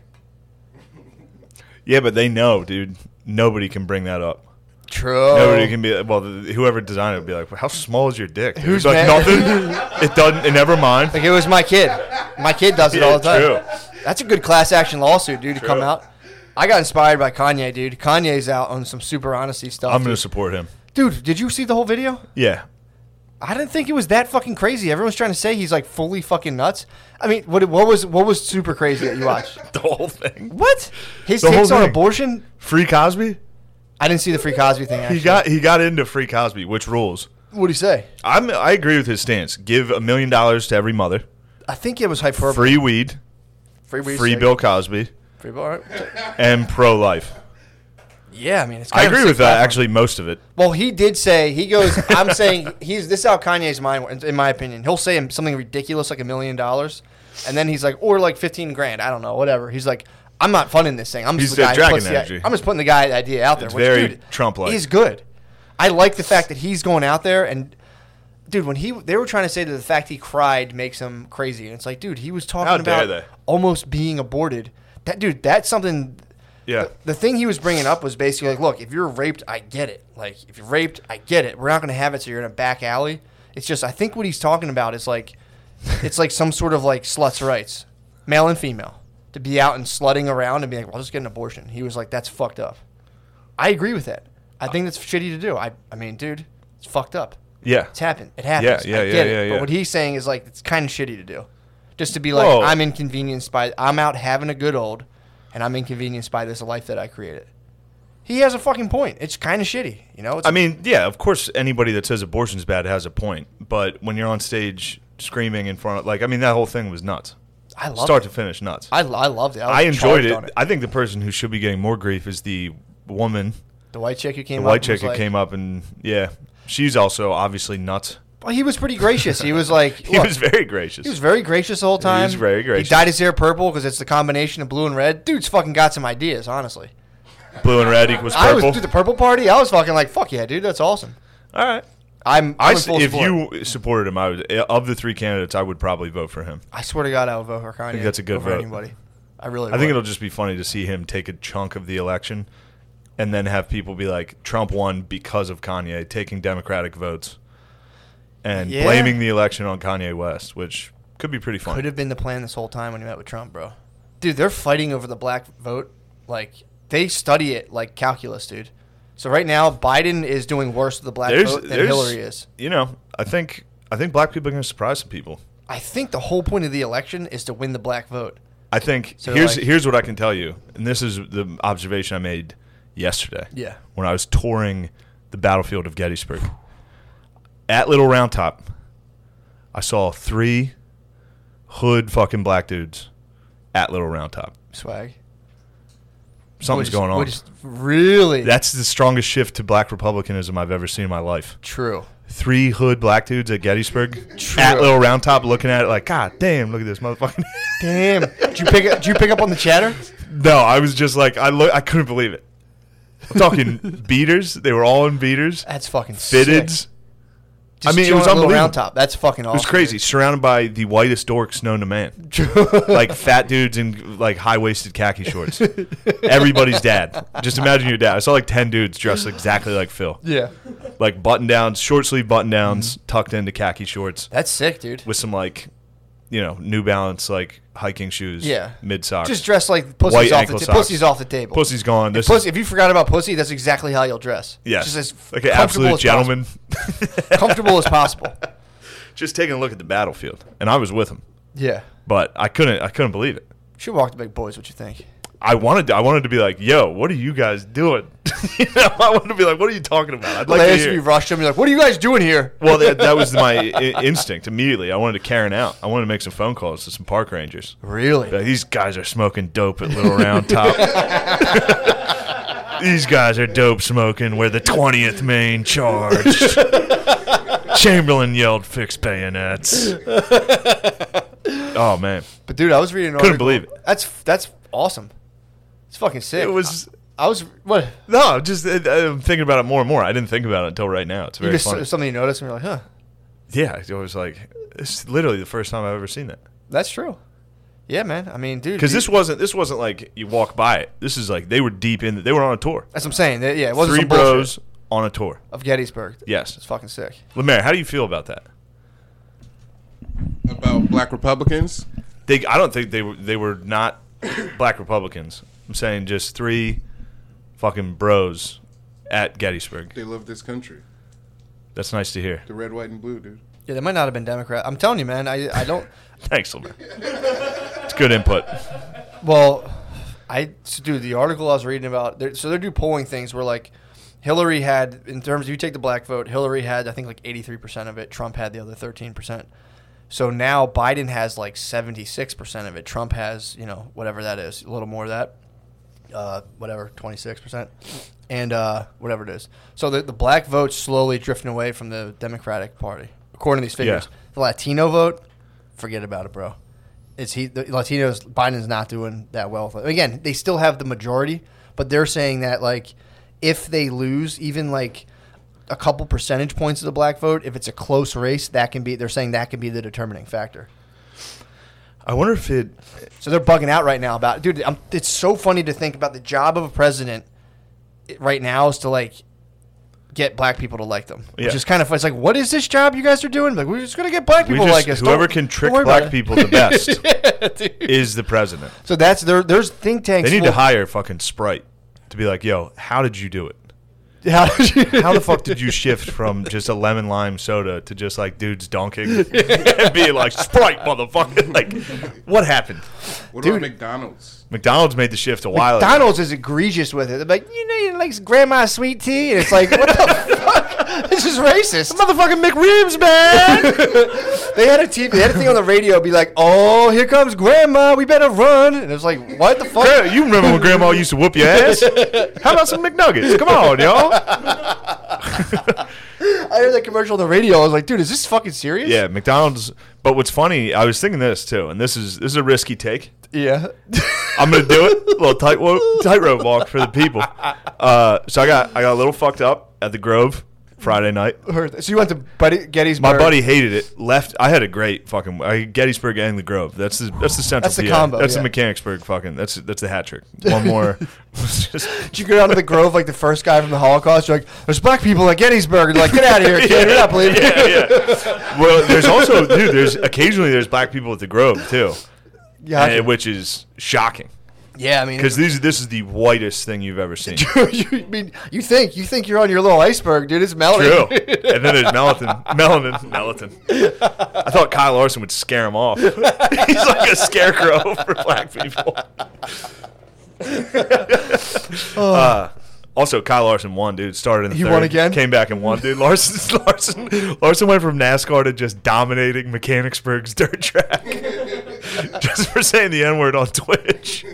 A: Yeah, but they know, dude. Nobody can bring that up.
B: True.
A: Nobody can be well. the- Whoever designed it would be like, "How small is your dick?" dude?" It's
B: Who's
A: like
B: ma-
A: nothing? it doesn't. It never mind.
B: Like it was my kid. My kid does it
A: Yeah,
B: all the time.
A: true.
B: That's a good class action lawsuit, dude, to come out. I got inspired by Kanye, dude. Kanye's out on some super honesty stuff.
A: I'm gonna
B: dude.
A: support him.
B: dude, did you see the whole video?
A: Yeah,
B: I didn't think it was that fucking crazy. Everyone's trying to say he's like fully fucking nuts. I mean, what what was what was super crazy that you watched?
A: the whole thing.
B: what? His
A: The whole
B: takes on
A: thing.
B: abortion?
A: Free Cosby.
B: I didn't see the free Cosby thing. Actually.
A: He got he got into Free Cosby, which rules.
B: What do you say?
A: I'm I agree with his stance. Give a million dollars to every mother.
B: I think it was hyperbole.
A: Free weed.
B: free, weed
A: Free
B: stick.
A: Bill Cosby
B: Free bill. all right.
A: and pro life.
B: Yeah, I mean, it's.
A: I
B: kind of a
A: agree
B: sick
A: with that.
B: platform.
A: Actually, most of it.
B: Well, he did say he goes. I'm saying he's this is how Kanye's mind works, in my opinion. He'll say something ridiculous like a million dollars, and then he's like, or like fifteen grand. I don't know, whatever. He's like, I'm not funding this thing. I'm
A: He's
B: just
A: the
B: the guy who
A: dragon
B: puts the-
A: energy.
B: I'm just putting the guy idea out there.
A: It's
B: which,
A: very
B: dude,
A: Trump-like.
B: He's good. I like the fact that he's going out there and. Dude, when he they were trying to say that the fact he cried makes him crazy, and it's like, dude, he was talking
A: How dare
B: about
A: they.
B: almost being aborted. That dude, that's something
A: Yeah.
B: the, the thing he was bringing up was basically like, look, if you're raped, I get it. Like, if you're raped, I get it. We're not going to have it, so you're in a back alley. It's just, I think what he's talking about is like, it's like some sort of like sluts' rights, male and female, to be out and slutting around and be like, well, I'll just get an abortion. He was like, that's fucked up. I agree with that. I think that's shitty to do. I, I mean, dude, it's fucked up.
A: Yeah.
B: It's happened. It happens.
A: yeah,
B: I
A: yeah,
B: get
A: yeah,
B: it.
A: yeah.
B: But what he's saying is like it's kind of shitty to do, just to be like
A: Whoa.
B: I'm inconvenienced by I'm out having a good old, and I'm inconvenienced by this life that I created. He has a fucking point. It's kind of shitty, you know. It's
A: I mean, yeah, of course, anybody that says abortion's bad has a point. But when you're on stage screaming in front of, like, I mean, that whole thing was nuts.
B: I love
A: Start
B: it.
A: to finish, nuts.
B: I, I loved it. I, was
A: I enjoyed
B: charged
A: it.
B: on
A: I think the person who should be getting more grief is the woman,
B: The white chick who came.
A: the
B: up
A: white
B: and
A: chick
B: was
A: who
B: like-
A: came up and yeah, she's also obviously nuts.
B: Well, he was pretty gracious. He was like,
A: He
B: look,
A: was very gracious.
B: He was very gracious the whole time.
A: was very gracious.
B: He dyed his hair purple because it's the combination of blue and red. Dude's fucking got some ideas, honestly.
A: Blue and red equals
B: I was
A: purple.
B: dude, the purple party. I was fucking like, fuck yeah, dude, that's awesome.
A: All right.
B: I'm.
A: I
B: I'm in
A: s-
B: full
A: if
B: support.
A: you supported him, I would. Of the three candidates, I would probably vote for him.
B: I swear to God, I would vote for Kanye. I
A: think that's a good
B: over
A: vote.
B: Anybody, I really.
A: I think
B: would.
A: it'll just be funny to see him take a chunk of the election, and then have people be like, "Trump won because of Kanye taking Democratic votes," and
B: Yeah.
A: blaming the election on Kanye West, which could be pretty
B: could
A: funny.
B: have been the plan this whole time when you met with Trump, bro. Dude, they're fighting over the black vote. Like they study it like calculus, dude. So right now, Biden is doing worse with the black vote than Hillary is.
A: You know, I think I think black people are going to surprise some people.
B: I think the whole point of the election is to win the black vote.
A: I think
B: So,
A: here's
B: like-
A: here's what I can tell you, and this is the observation I made yesterday.
B: Yeah.
A: when I was touring the battlefield of Gettysburg at Little Round Top, I saw three hood fucking black dudes at Little Round Top.
B: Swag.
A: Something's
B: Which-
A: going on.
B: which- really?
A: That's the strongest shift to black republicanism I've ever seen in my life.
B: true.
A: Three hood black dudes at Gettysburg
B: True.
A: at Little Round Top, looking at it like, God damn, look at this motherfucking.
B: Damn. did you pick? Did you pick up on the chatter?
A: No, I was just like I look, I couldn't believe it. I'm talking beaters. They were all in beaters,
B: That's fucking
A: fitteds.
B: Sick.
A: I mean, it
B: chilling
A: was
B: at Little
A: unbelievable.
B: Round top. That's fucking
A: It
B: awesome.
A: was crazy. Surrounded by the whitest dorks known to man, like fat dudes in like high waisted khaki shorts. Everybody's dad. Just imagine your dad. I saw like ten dudes dressed exactly like Phil,
B: Yeah. Mm-hmm.
A: like button downs, short sleeve button downs, tucked into khaki shorts
B: That's sick, dude.
A: with some like, you know, New Balance like hiking shoes.
B: Yeah.
A: mid socks.
B: Just dress like
A: White
B: pussy's off,
A: ankle
B: the ta-
A: socks.
B: pussy's off the table.
A: pussy's gone. This
B: If,
A: is-
B: pussy, if you forgot about pussy, that's exactly how you'll dress.
A: Yes.
B: Just as
A: like an
B: comfortable
A: absolute
B: as possible.
A: gentleman.
B: comfortable as possible.
A: Just taking a look at the battlefield, and I was with him,
B: Yeah.
A: but I couldn't. I couldn't believe it.
B: Should walk the big boys, what you think?
A: I wanted to, I wanted to be like, yo, what are you guys doing? you know, I wanted to be like, what are you talking about? I'd like
B: they
A: to
B: used to be
A: hear.
B: rushed him. You're like, what are you guys doing here?
A: Well, that, that was my I- instinct immediately. I wanted to Karen out. I wanted to make some phone calls to some park rangers.
B: Really?
A: Be like, These guys are smoking dope at Little Round Top. These guys are dope smoking where the 20th main charged. Chamberlain yelled, fix bayonets. oh, man.
B: But dude, I was reading. An
A: Couldn't
B: article-
A: believe it.
B: That's that's awesome. It's fucking sick.
A: It was.
B: I, I was what?
A: No, just uh, I'm thinking about it more and more. I didn't think about it until right now. It's
B: You
A: very
B: just,
A: funny.
B: something you noticed and you're like, huh?
A: yeah, I was like, it's literally the first time I've ever seen that.
B: That's true. Yeah, man. I mean, dude.
A: Because
B: you-
A: this wasn't this wasn't like you walk by it. This is like they were deep in. They were on a tour.
B: That's what I'm saying. That- Yeah, it wasn't
A: Three
B: some bullshit
A: bros on a tour.
B: of Gettysburg. It's
A: Yes,
B: fucking sick.
A: Lemaire, how do you feel about that?
D: About black Republicans.
A: They, I don't think they were they were not black Republicans. I'm saying just three fucking bros at Gettysburg.
D: They love this country.
A: That's nice to hear.
D: The red, white, and blue, dude.
B: Yeah, they might not have been Democrat. I'm telling you, man. I I don't.
A: Thanks, Lemaire. It's good input.
B: Well, I so dude, the article I was reading about, they're, so they do polling things where like Hillary had, in terms of you take the black vote, Hillary had I think like eighty three percent of it. Trump had the other thirteen percent. So now Biden has like seventy six percent of it. Trump has you know whatever that is, a little more of that, uh, whatever twenty six percent, and uh, whatever it is. So the the black vote's slowly drifting away from the Democratic Party, according to these figures.
A: Yeah.
B: The Latino vote, forget about it, bro it's he the Latinos Biden's not doing that well. with it. Again, they still have the majority, but they're saying that like if they lose even like a couple percentage points of the black vote, if it's a close race, that can be they're saying that can be the determining factor.
A: I wonder if it.
B: So they're bugging out right now about dude. I'm, it's so funny to think about the job of a president i- right now is to like get black people to like them,
A: Yeah.
B: which is kind of fun. It's like what is this job you guys are doing? Like we're just gonna get black
A: We
B: people
A: just-
B: like us. Don't-
A: whoever can
B: don't
A: trick
B: worry about
A: black
B: it.
A: people the best
B: Dude.
A: is the president.
B: So that's there. There's think tanks.
A: They need to
B: full-
A: hire fucking Sprite to be like, yo, how did you do it?
B: How did you-
A: How the fuck did you shift from just a lemon lime soda to just like dudes donking and being like Sprite, motherfucker? Like, what happened?
D: What
B: Dude.
D: about McDonald's?
A: McDonald's made the shift a while. ago.
B: McDonald's is egregious with it. They're like, you know, you like grandma's sweet tea, and it's like, what the fuck? This is racist.
A: motherfucking McRibs, man.
B: They had a TV, they had a thing on the radio, be like, oh, here comes grandma, we better run, and it's like, what the fuck?
A: Gra- you remember when Grandma used to whoop your ass? How about some McNuggets? Come on, y'all.
B: I heard that commercial on the radio. I was like, dude, is this fucking serious?
A: Yeah, McDonald's. But what's funny, I was thinking this too, and this is this is a risky take.
B: yeah.
A: I'm gonna do it. A little tight tightrope walk for the people. Uh, so I got I got a little fucked up at the Grove Friday night.
B: Heard that. So you went to Buddy Getty's.
A: My buddy hated it. Left. I had a great fucking I, Gettysburg and the Grove. That's the that's the central.
B: That's the
A: PA.
B: combo,
A: That's
B: yeah.
A: the Mechanicsburg fucking. That's that's the hat trick. One more. Just-
B: Did you go down to the Grove like the first guy from the Holocaust? You're like, there's black people at Gettysburg. You're like, get out of here, kid. We're not believing you."
A: yeah, yeah. Well, there's also dude. There's occasionally there's black people at the Grove too,
B: Yeah, I
A: and-
B: think-
A: which is shocking
B: yeah. I mean,
A: because these this is the whitest thing you've ever seen.
B: you I mean you think you think you're on your little iceberg, dude? It's melting.
A: True. And then there's Melaton. Melanin. Melaton. I thought Kyle Larson would scare him off. He's like a scarecrow for black people. uh, also, Kyle Larson won, dude. Started in the
B: Oh. He
A: third,
B: won again?
A: Came back and won, dude. Larson, Larson, Larson went from NASCAR to just dominating Mechanicsburg's dirt track, just for saying the N word on Twitch.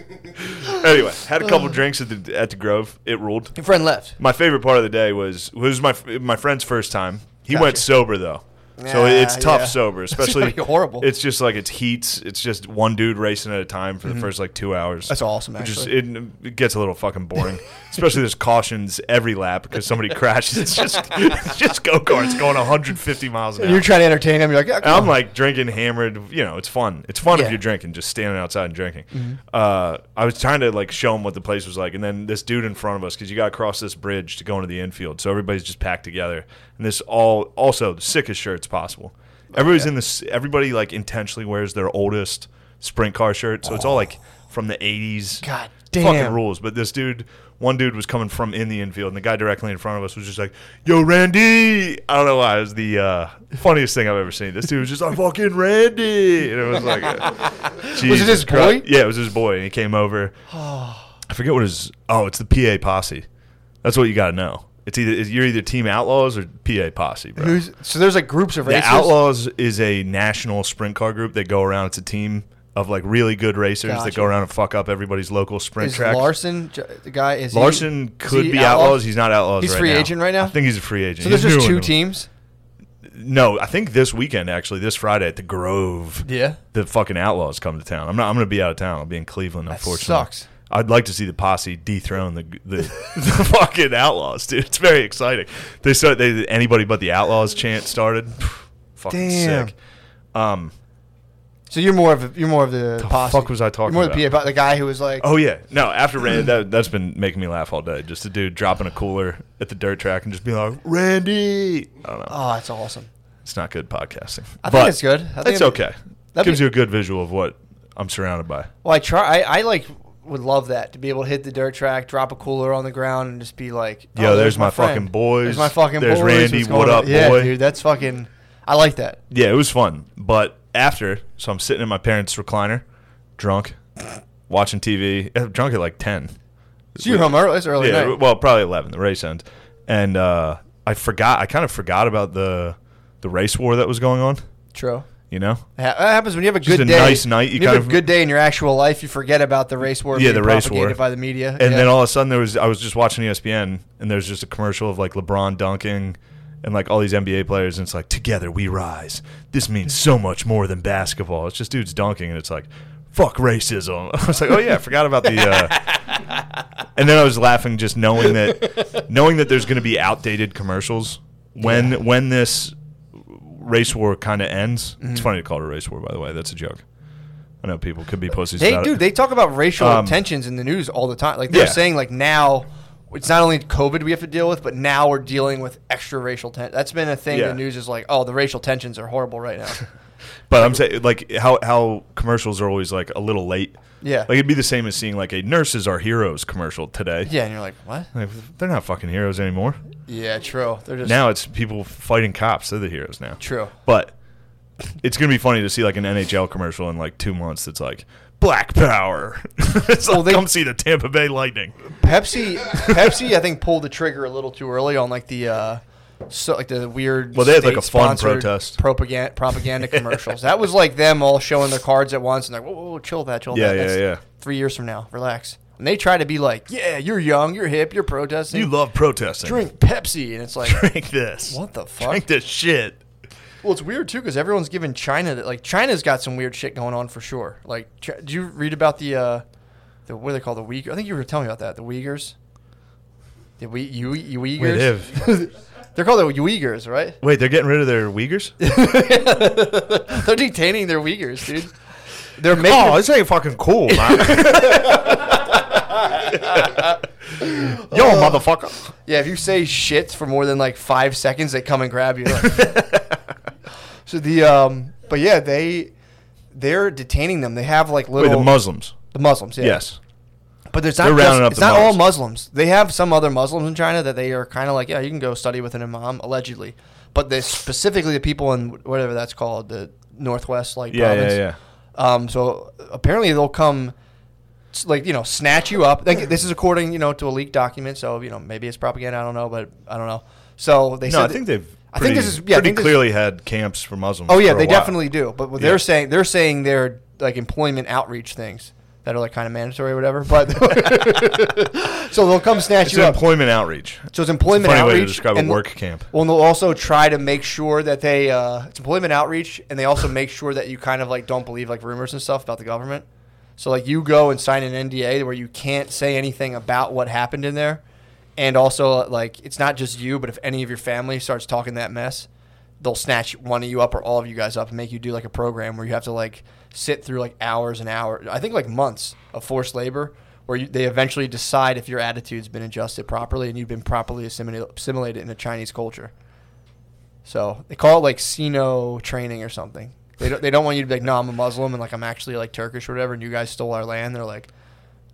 A: anyway, had a couple
B: Uh.
A: drinks at the at the Grove. It ruled.
B: Your friend left.
A: My favorite part of the day was was my my friend's first time. He went
B: Gotcha.
A: sober though, so
B: Yeah,
A: it's tough
B: yeah.
A: sober,
B: It's gonna
A: especially
B: be horrible.
A: It's just like it's heats. It's just one dude racing at a time for the first like two hours.
B: Mm-hmm. That's awesome,
A: Which is-
B: actually.
A: it, it gets a little fucking boring, especially there's cautions every lap because somebody crashes. It's just it's just go karts going 150 miles an hour.
B: You're trying to entertain him. You're like, yeah,
A: And
B: come
A: I'm
B: on.
A: like drinking hammered. You know, it's fun. It's fun
B: Yeah.
A: if you're drinking, just standing outside and drinking. Uh, I was trying to like show him what the place was like, and then this dude in front of us, because you got to cross this bridge to go into the infield, so everybody's just packed together. And this all also the sickest shirts possible. Everybody's in this. Everybody like intentionally wears their oldest sprint car shirt, so it's all like from the 80s.
B: God
A: Fucking
B: damn.
A: rules, but this dude, one dude was coming from in the infield, and the guy directly in front of us was just like, "Yo, Randy!" I don't know why. It was the uh, funniest thing I've ever seen. This dude was just like, "Fucking Randy," and it was like, uh,
B: Was it his
A: Jesus Christ.
B: boy?
A: Yeah, it was his boy, and he came over. I forget what his. Oh, it's the PA posse. That's what you got to know. It's either it's, you're either Team Outlaws or PA posse, bro.
B: Who's, so there's like groups of
A: the
B: racers.
A: Outlaws is a national sprint car group. They go around. It's a team of like really good racers that
B: Gotcha.
A: go around and fuck up everybody's local sprint
B: is
A: tracks.
B: Larson j- the guy? Is he-
A: Larson
B: is
A: could
B: he
A: be
B: outlaw?
A: Outlaws. He's not Outlaws.
B: He's
A: right
B: free agent right now?
A: I think he's a free agent.
B: So there's
A: He's
B: just
A: new
B: two
A: in the-
B: teams.
A: No, I think this weekend actually, this Friday at the Grove,
B: Yeah.
A: the fucking Outlaws come to town. I'm not. I'm going to be out of town. I'll be in Cleveland. Unfortunately,
B: sucks.
A: I'd like to see the posse dethrone the the, the fucking Outlaws, dude. It's very exciting. They start. They anybody but the Outlaws chant started. fucking
B: Damn.
A: sick. Um.
B: So you're more of a, you're more of the,
A: The
B: posse.
A: fuck was I talking
B: you're more The,
A: about?
B: PA, po- the guy who was like,
A: Oh yeah. No. After Randy, that that's been making me laugh all day. Just a dude dropping a cooler at the dirt track and just being like, Randy. I don't know.
B: oh, that's awesome.
A: It's not good podcasting.
B: I think
A: But
B: it's good. I think
A: it's
B: it'd be-
A: okay.
B: that'd
A: Gives
B: be-
A: you a good visual of what I'm surrounded by.
B: Well, I try. I, I like would love that to be able to hit the dirt track, drop a cooler on the ground, and just be like, "Oh,
A: Yo, there's my
B: friend.
A: fucking boys.
B: There's my fucking
A: There's
B: boys.
A: Randy,
B: What's going
A: what
B: on?"
A: up,
B: yeah,
A: boy?
B: dude? That's fucking. I like that.
A: Yeah, it was fun. But after, so I'm sitting in my parents' recliner, drunk, watching TV. Uh, Drunk at like 10.
B: So you're home early. It's early
A: yeah,
B: night.
A: well, probably 11. The race ends. And uh, I forgot, I kind of forgot about the the race war that was going on,
B: True.
A: you know?
B: It ha- that happens when you have a
A: Just
B: good
A: a
B: day.
A: nice night, you
B: When You, have
A: kind
B: a
A: of-
B: good day in your actual life. You forget about the race war.
A: Yeah, the
B: being
A: race war.
B: propagated by the media.
A: And
B: Yeah.
A: then all of a sudden there was I was just watching E ESPN and there's just a commercial of like LeBron dunking and like all these NBA players and it's like together we rise. This means so much more than basketball. It's just dudes dunking and it's like fuck racism. I was like, "Oh yeah, I forgot about the uh And then I was laughing just knowing that knowing that there's going to be outdated commercials when when this race war kind of ends.
B: Mm-hmm.
A: It's funny to call it a race war by the way. That's a joke. I know people could be pussies
B: They
A: about
B: do.
A: it.
B: They talk about racial
A: Um,
B: tensions in the news all the time. Like they're
A: Yeah.
B: saying, like now it's not only COVID we have to deal with, but now we're dealing with extra racial tension. That's been a thing.
A: Yeah.
B: The news is like, oh, the racial tensions are horrible right now.
A: But I'm saying like how how commercials are always like a little late.
B: Yeah.
A: Like it'd be the same as seeing like a nurses are heroes commercial today.
B: yeah, and you're like, what?
A: Like, they're not fucking heroes anymore.
B: Yeah, true. They're just
A: Now it's people fighting cops. They're the heroes now.
B: True.
A: But it's gonna be funny to see like an NHL commercial in like two months that's like Black Power. it's like,
B: they-
A: come see the Tampa Bay Lightning.
B: Pepsi. Pepsi, I think pulled the trigger a little too early on like the. uh so like the weird
A: Well, they had, like, a fun
B: state-sponsored
A: protest.
B: propaganda propaganda commercials that was like them all showing their cards at once and like whoa, whoa, whoa chill that chill
A: Yeah,
B: that
A: yeah,
B: That's
A: yeah.
B: three years from now relax and they try to be like yeah you're young you're hip you're protesting
A: You love protesting.
B: drink Pepsi, and it's like,
A: Drink this.
B: what the fuck?
A: Drink this shit.
B: well, it's weird too because everyone's giving China that like China's got some weird shit going on for sure. Like, Ch- do you read about the uh, the what do they call the Uyghur? I think you were telling me about that. The Uyghurs, the we you Uyghurs. They're called the Uyghurs, right?
A: Wait, they're getting rid of their Uyghurs?
B: They're detaining their Uyghurs, dude. They're making.
A: oh, this ain't fucking cool, man. Yo,
B: Uh,
A: motherfucker.
B: Yeah, if you say shit for more than like five seconds, they come and grab you. Like- so the um, but yeah, they they're detaining them. They have like
A: Wait,
B: little
A: the Muslims.
B: the Muslims, yeah.
A: Yes.
B: But there's not
A: They're
B: just-
A: rounding up
B: it's
A: the
B: not all
A: Muslims.
B: Muslims. They have some other Muslims in China that they are kind of like, yeah, you can go study with an imam allegedly. But they specifically the people in whatever that's called, the northwest like
A: Yeah,
B: province.
A: yeah, yeah.
B: Um, so apparently they'll come, s- like you know, snatch you up. Like, this is according you know to a leaked document, so you know maybe it's propaganda. I don't know, but I don't know. So they
A: No,
B: said
A: I
B: that-
A: think they've
B: I
A: pretty,
B: think this is yeah, I
A: pretty
B: think this-
A: clearly had camps for Muslims.
B: Oh yeah,
A: for a
B: they
A: while.
B: definitely do. But what
A: Yeah.
B: they're saying they're saying they're like employment outreach things that are like kind of mandatory or whatever. But so they'll come snatch
A: It's
B: you
A: an
B: up.
A: employment outreach.
B: so it's employment
A: Funny
B: outreach.
A: way to describe a
B: and-
A: work camp.
B: Well, and they'll also try to make sure that they uh, it's employment outreach, and they also make sure that you kind of like don't believe like rumors and stuff about the government. So like you go and sign an NDA where you can't say anything about what happened in there, and also like it's not just you, but if any of your family starts talking that mess, they'll snatch one of you up or all of you guys up and make you do like a program where you have to like sit through like hours and hours, I think like months of forced labor. Where you, they eventually decide if your attitude's been adjusted properly and you've been properly assimilated, assimilated into Chinese culture. So they call it like Sino training or something. They don't, they don't want you to be like, no, I'm a Muslim and like I'm actually like Turkish or whatever, and you guys stole our land. They're like,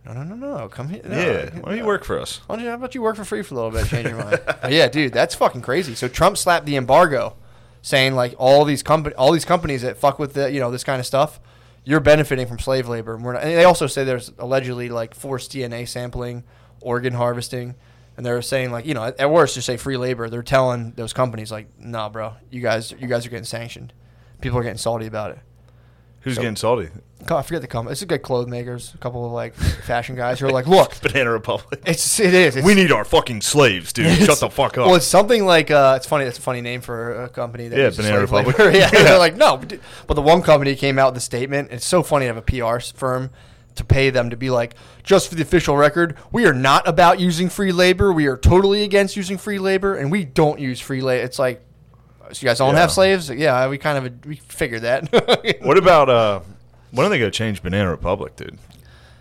B: no, no, no, no, come here. no, uh,
A: yeah. Why don't you work for us?
B: why don't you, how about you work for free for a little bit, change your mind? But yeah, dude, that's fucking crazy. So Trump slapped the embargo, saying like all these company, all these companies that fuck with the you know this kind of stuff, you're benefiting from slave labor. And, we're not, and they also say there's allegedly like forced DNA sampling, organ harvesting, and they're saying like you know at, at worst just say free labor. They're telling those companies like, nah, bro, you guys you guys are getting sanctioned. People are getting salty about it.
A: Who's
B: So-
A: getting salty?
B: Co- I forget the company. It's a good clothes makers, a couple of like fashion guys who are like, look,
A: Banana Republic.
B: it's it is. It's,
A: We need our fucking slaves, dude. Shut the fuck up.
B: Well, it's something like uh, it's funny. That's a funny name for a company. That
A: Yeah,
B: uses
A: Banana
B: slave labor.
A: Republic.
B: yeah,
A: Yeah.
B: they're like no, d- but the one company came out with a statement. It's so funny to have a PR s- firm to pay them to be like, just for the official record, we are not about using free labor. We are totally against using free labor, and we don't use free labor. It's like, so you guys don't
A: Yeah.
B: have slaves? Yeah, we kind of we figured that.
A: what about uh? When are they gonna change Banana Republic, dude?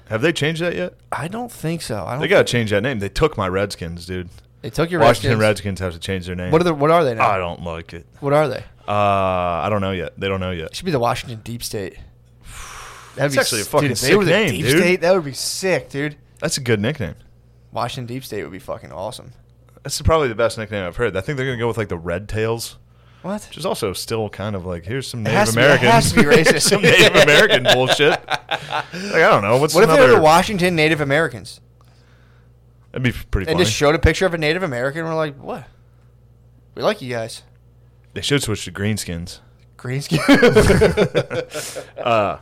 A: Have they changed that yet?
B: I don't think so. I don't.
A: They gotta change that name. They took my Redskins, dude.
B: they took your
A: Washington
B: Redskins.
A: Redskins. have to change their name.
B: What are the, What are they now?
A: I don't like it.
B: What are they?
A: Uh, I don't know yet. They don't know
B: It
A: yet.
B: should be the Washington Deep State. That'd
A: It's actually a
B: s-
A: fucking
B: dude, if they
A: sick
B: were the
A: name,
B: Deep
A: dude.
B: State, that would be sick, dude.
A: That's a good nickname.
B: Washington Deep State would be fucking awesome.
A: That's probably the best nickname I've heard. I think they're gonna go with like the Red Tails,
B: What?
A: which is also still kind of like here's some
B: It
A: Native
B: has to be- it
A: American,
B: has to be
A: here's
B: racist.
A: some Native American bullshit. Like I don't know. What's
B: what if they
A: another?
B: were the Washington Native Americans
A: That'd be pretty
B: and
A: funny.
B: just showed a picture of a Native American? and We're like, what? We like you guys.
A: they should switch to Greenskins.
B: Green skin.
A: Uh,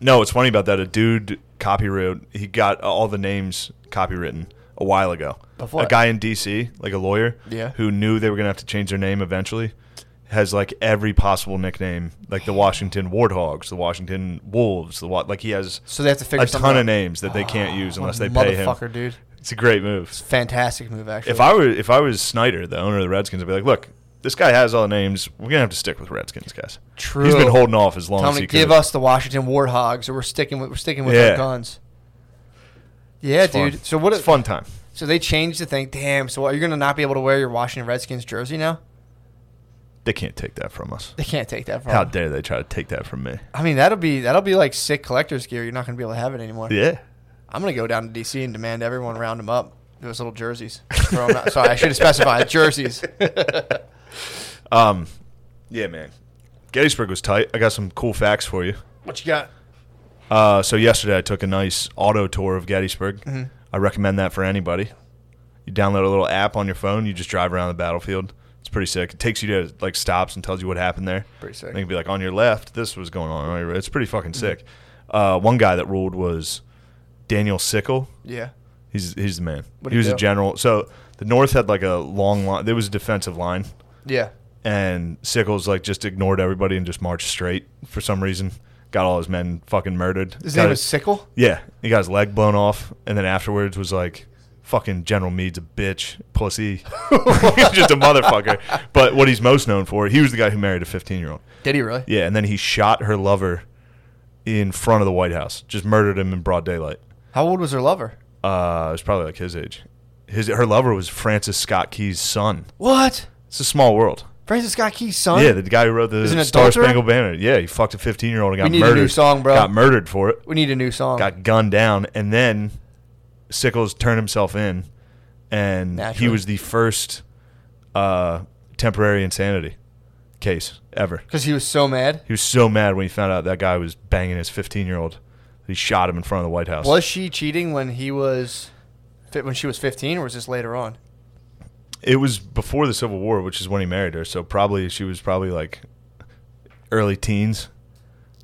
A: no, it's funny about that. A dude copyright. He got all the names copywritten a while ago.
B: Of what?
A: A guy in D.C., like a lawyer,
B: Yeah.
A: who knew they were gonna have to change their name eventually, has like every possible nickname, like the Washington Warthogs, the Washington Wolves, the wa- like he has
B: so they have to figure
A: a
B: something
A: ton
B: out.
A: of names that they can't use
B: What
A: unless
B: a
A: they pay him.
B: Motherfucker, dude.
A: It's a great move.
B: It's a fantastic move, actually.
A: If I were if I was Snyder, the owner of the Redskins, I'd be like, look. This guy has all the names. We're gonna have to stick with Redskins, guys.
B: True.
A: He's been holding off as long
B: Tell
A: as
B: me,
A: he
B: give
A: could.
B: us the Washington Warthogs, or we're sticking with we're sticking with
A: Yeah.
B: our guns. Yeah,
A: It's fun.
B: dude. So what?
A: It's fun time.
B: So they changed the thing. Damn. So what, are you gonna not be able to wear your Washington Redskins jersey now?
A: They can't take that from us.
B: They can't take that from.
A: How
B: you.
A: dare they try to take that from me?
B: I mean, that'll be that'll be like sick collector's gear. You're not gonna be able to have it anymore.
A: Yeah.
B: I'm gonna go down to DC and demand everyone round them up. Those little jerseys. Throw 'em out. Sorry, I should have specified jerseys.
A: Um, yeah, man. Gettysburg was tight. I got some cool facts for you.
B: What you got?
A: Uh, so yesterday I took a nice auto tour of Gettysburg.
B: Mm-hmm.
A: I recommend that for anybody. You download a little app on your phone. You just drive around the battlefield. It's pretty sick. It takes you to like stops and tells you what happened there.
B: Pretty sick. Mm-hmm.
A: They can be like, on your left, this was going on. On your right. It's pretty fucking sick. Uh, one guy that ruled was Daniel Sickle.
B: Yeah.
A: He's he's the man. he
B: What'd he
A: was a
B: do?
A: general. So the North had like a long line. There was a defensive line,
B: Yeah.
A: and Sickles like just ignored everybody and just marched straight for some reason. Got all his men fucking murdered.
B: His
A: Got
B: name is Sickle.
A: yeah. He got his leg blown off, and then afterwards was like, "Fucking General Meade's a bitch, pussy, He's just a motherfucker." But what he's most known for, he was the guy who married a fifteen-year-old.
B: Did he really?
A: Yeah, and then he shot her lover in front of the White House. Just murdered him in broad daylight
B: How old was her lover?
A: uh, it was probably like his age. His her lover was Francis Scott Key's son.
B: What?
A: It's a small world.
B: Francis Scott Key's son.
A: Yeah, the guy who wrote the
B: Is it an
A: Star
B: adulterer?
A: Spangled Banner. Yeah, he fucked a 15 year old and got
B: We need a new
A: murdered.
B: song, bro.
A: Got murdered for it.
B: we need a new song.
A: Got gunned down, and then Sickles turned himself in, and
B: Naturally.
A: he was the first uh, temporary insanity case ever.
B: Because he was so mad.
A: He was so mad when he found out that guy was banging his 15 year old. He shot him in front of the White House.
B: Was she cheating when he was, fi- when she was 15, or was this later on?
A: It was before the Civil War, which is when he married her. So probably she was probably like early teens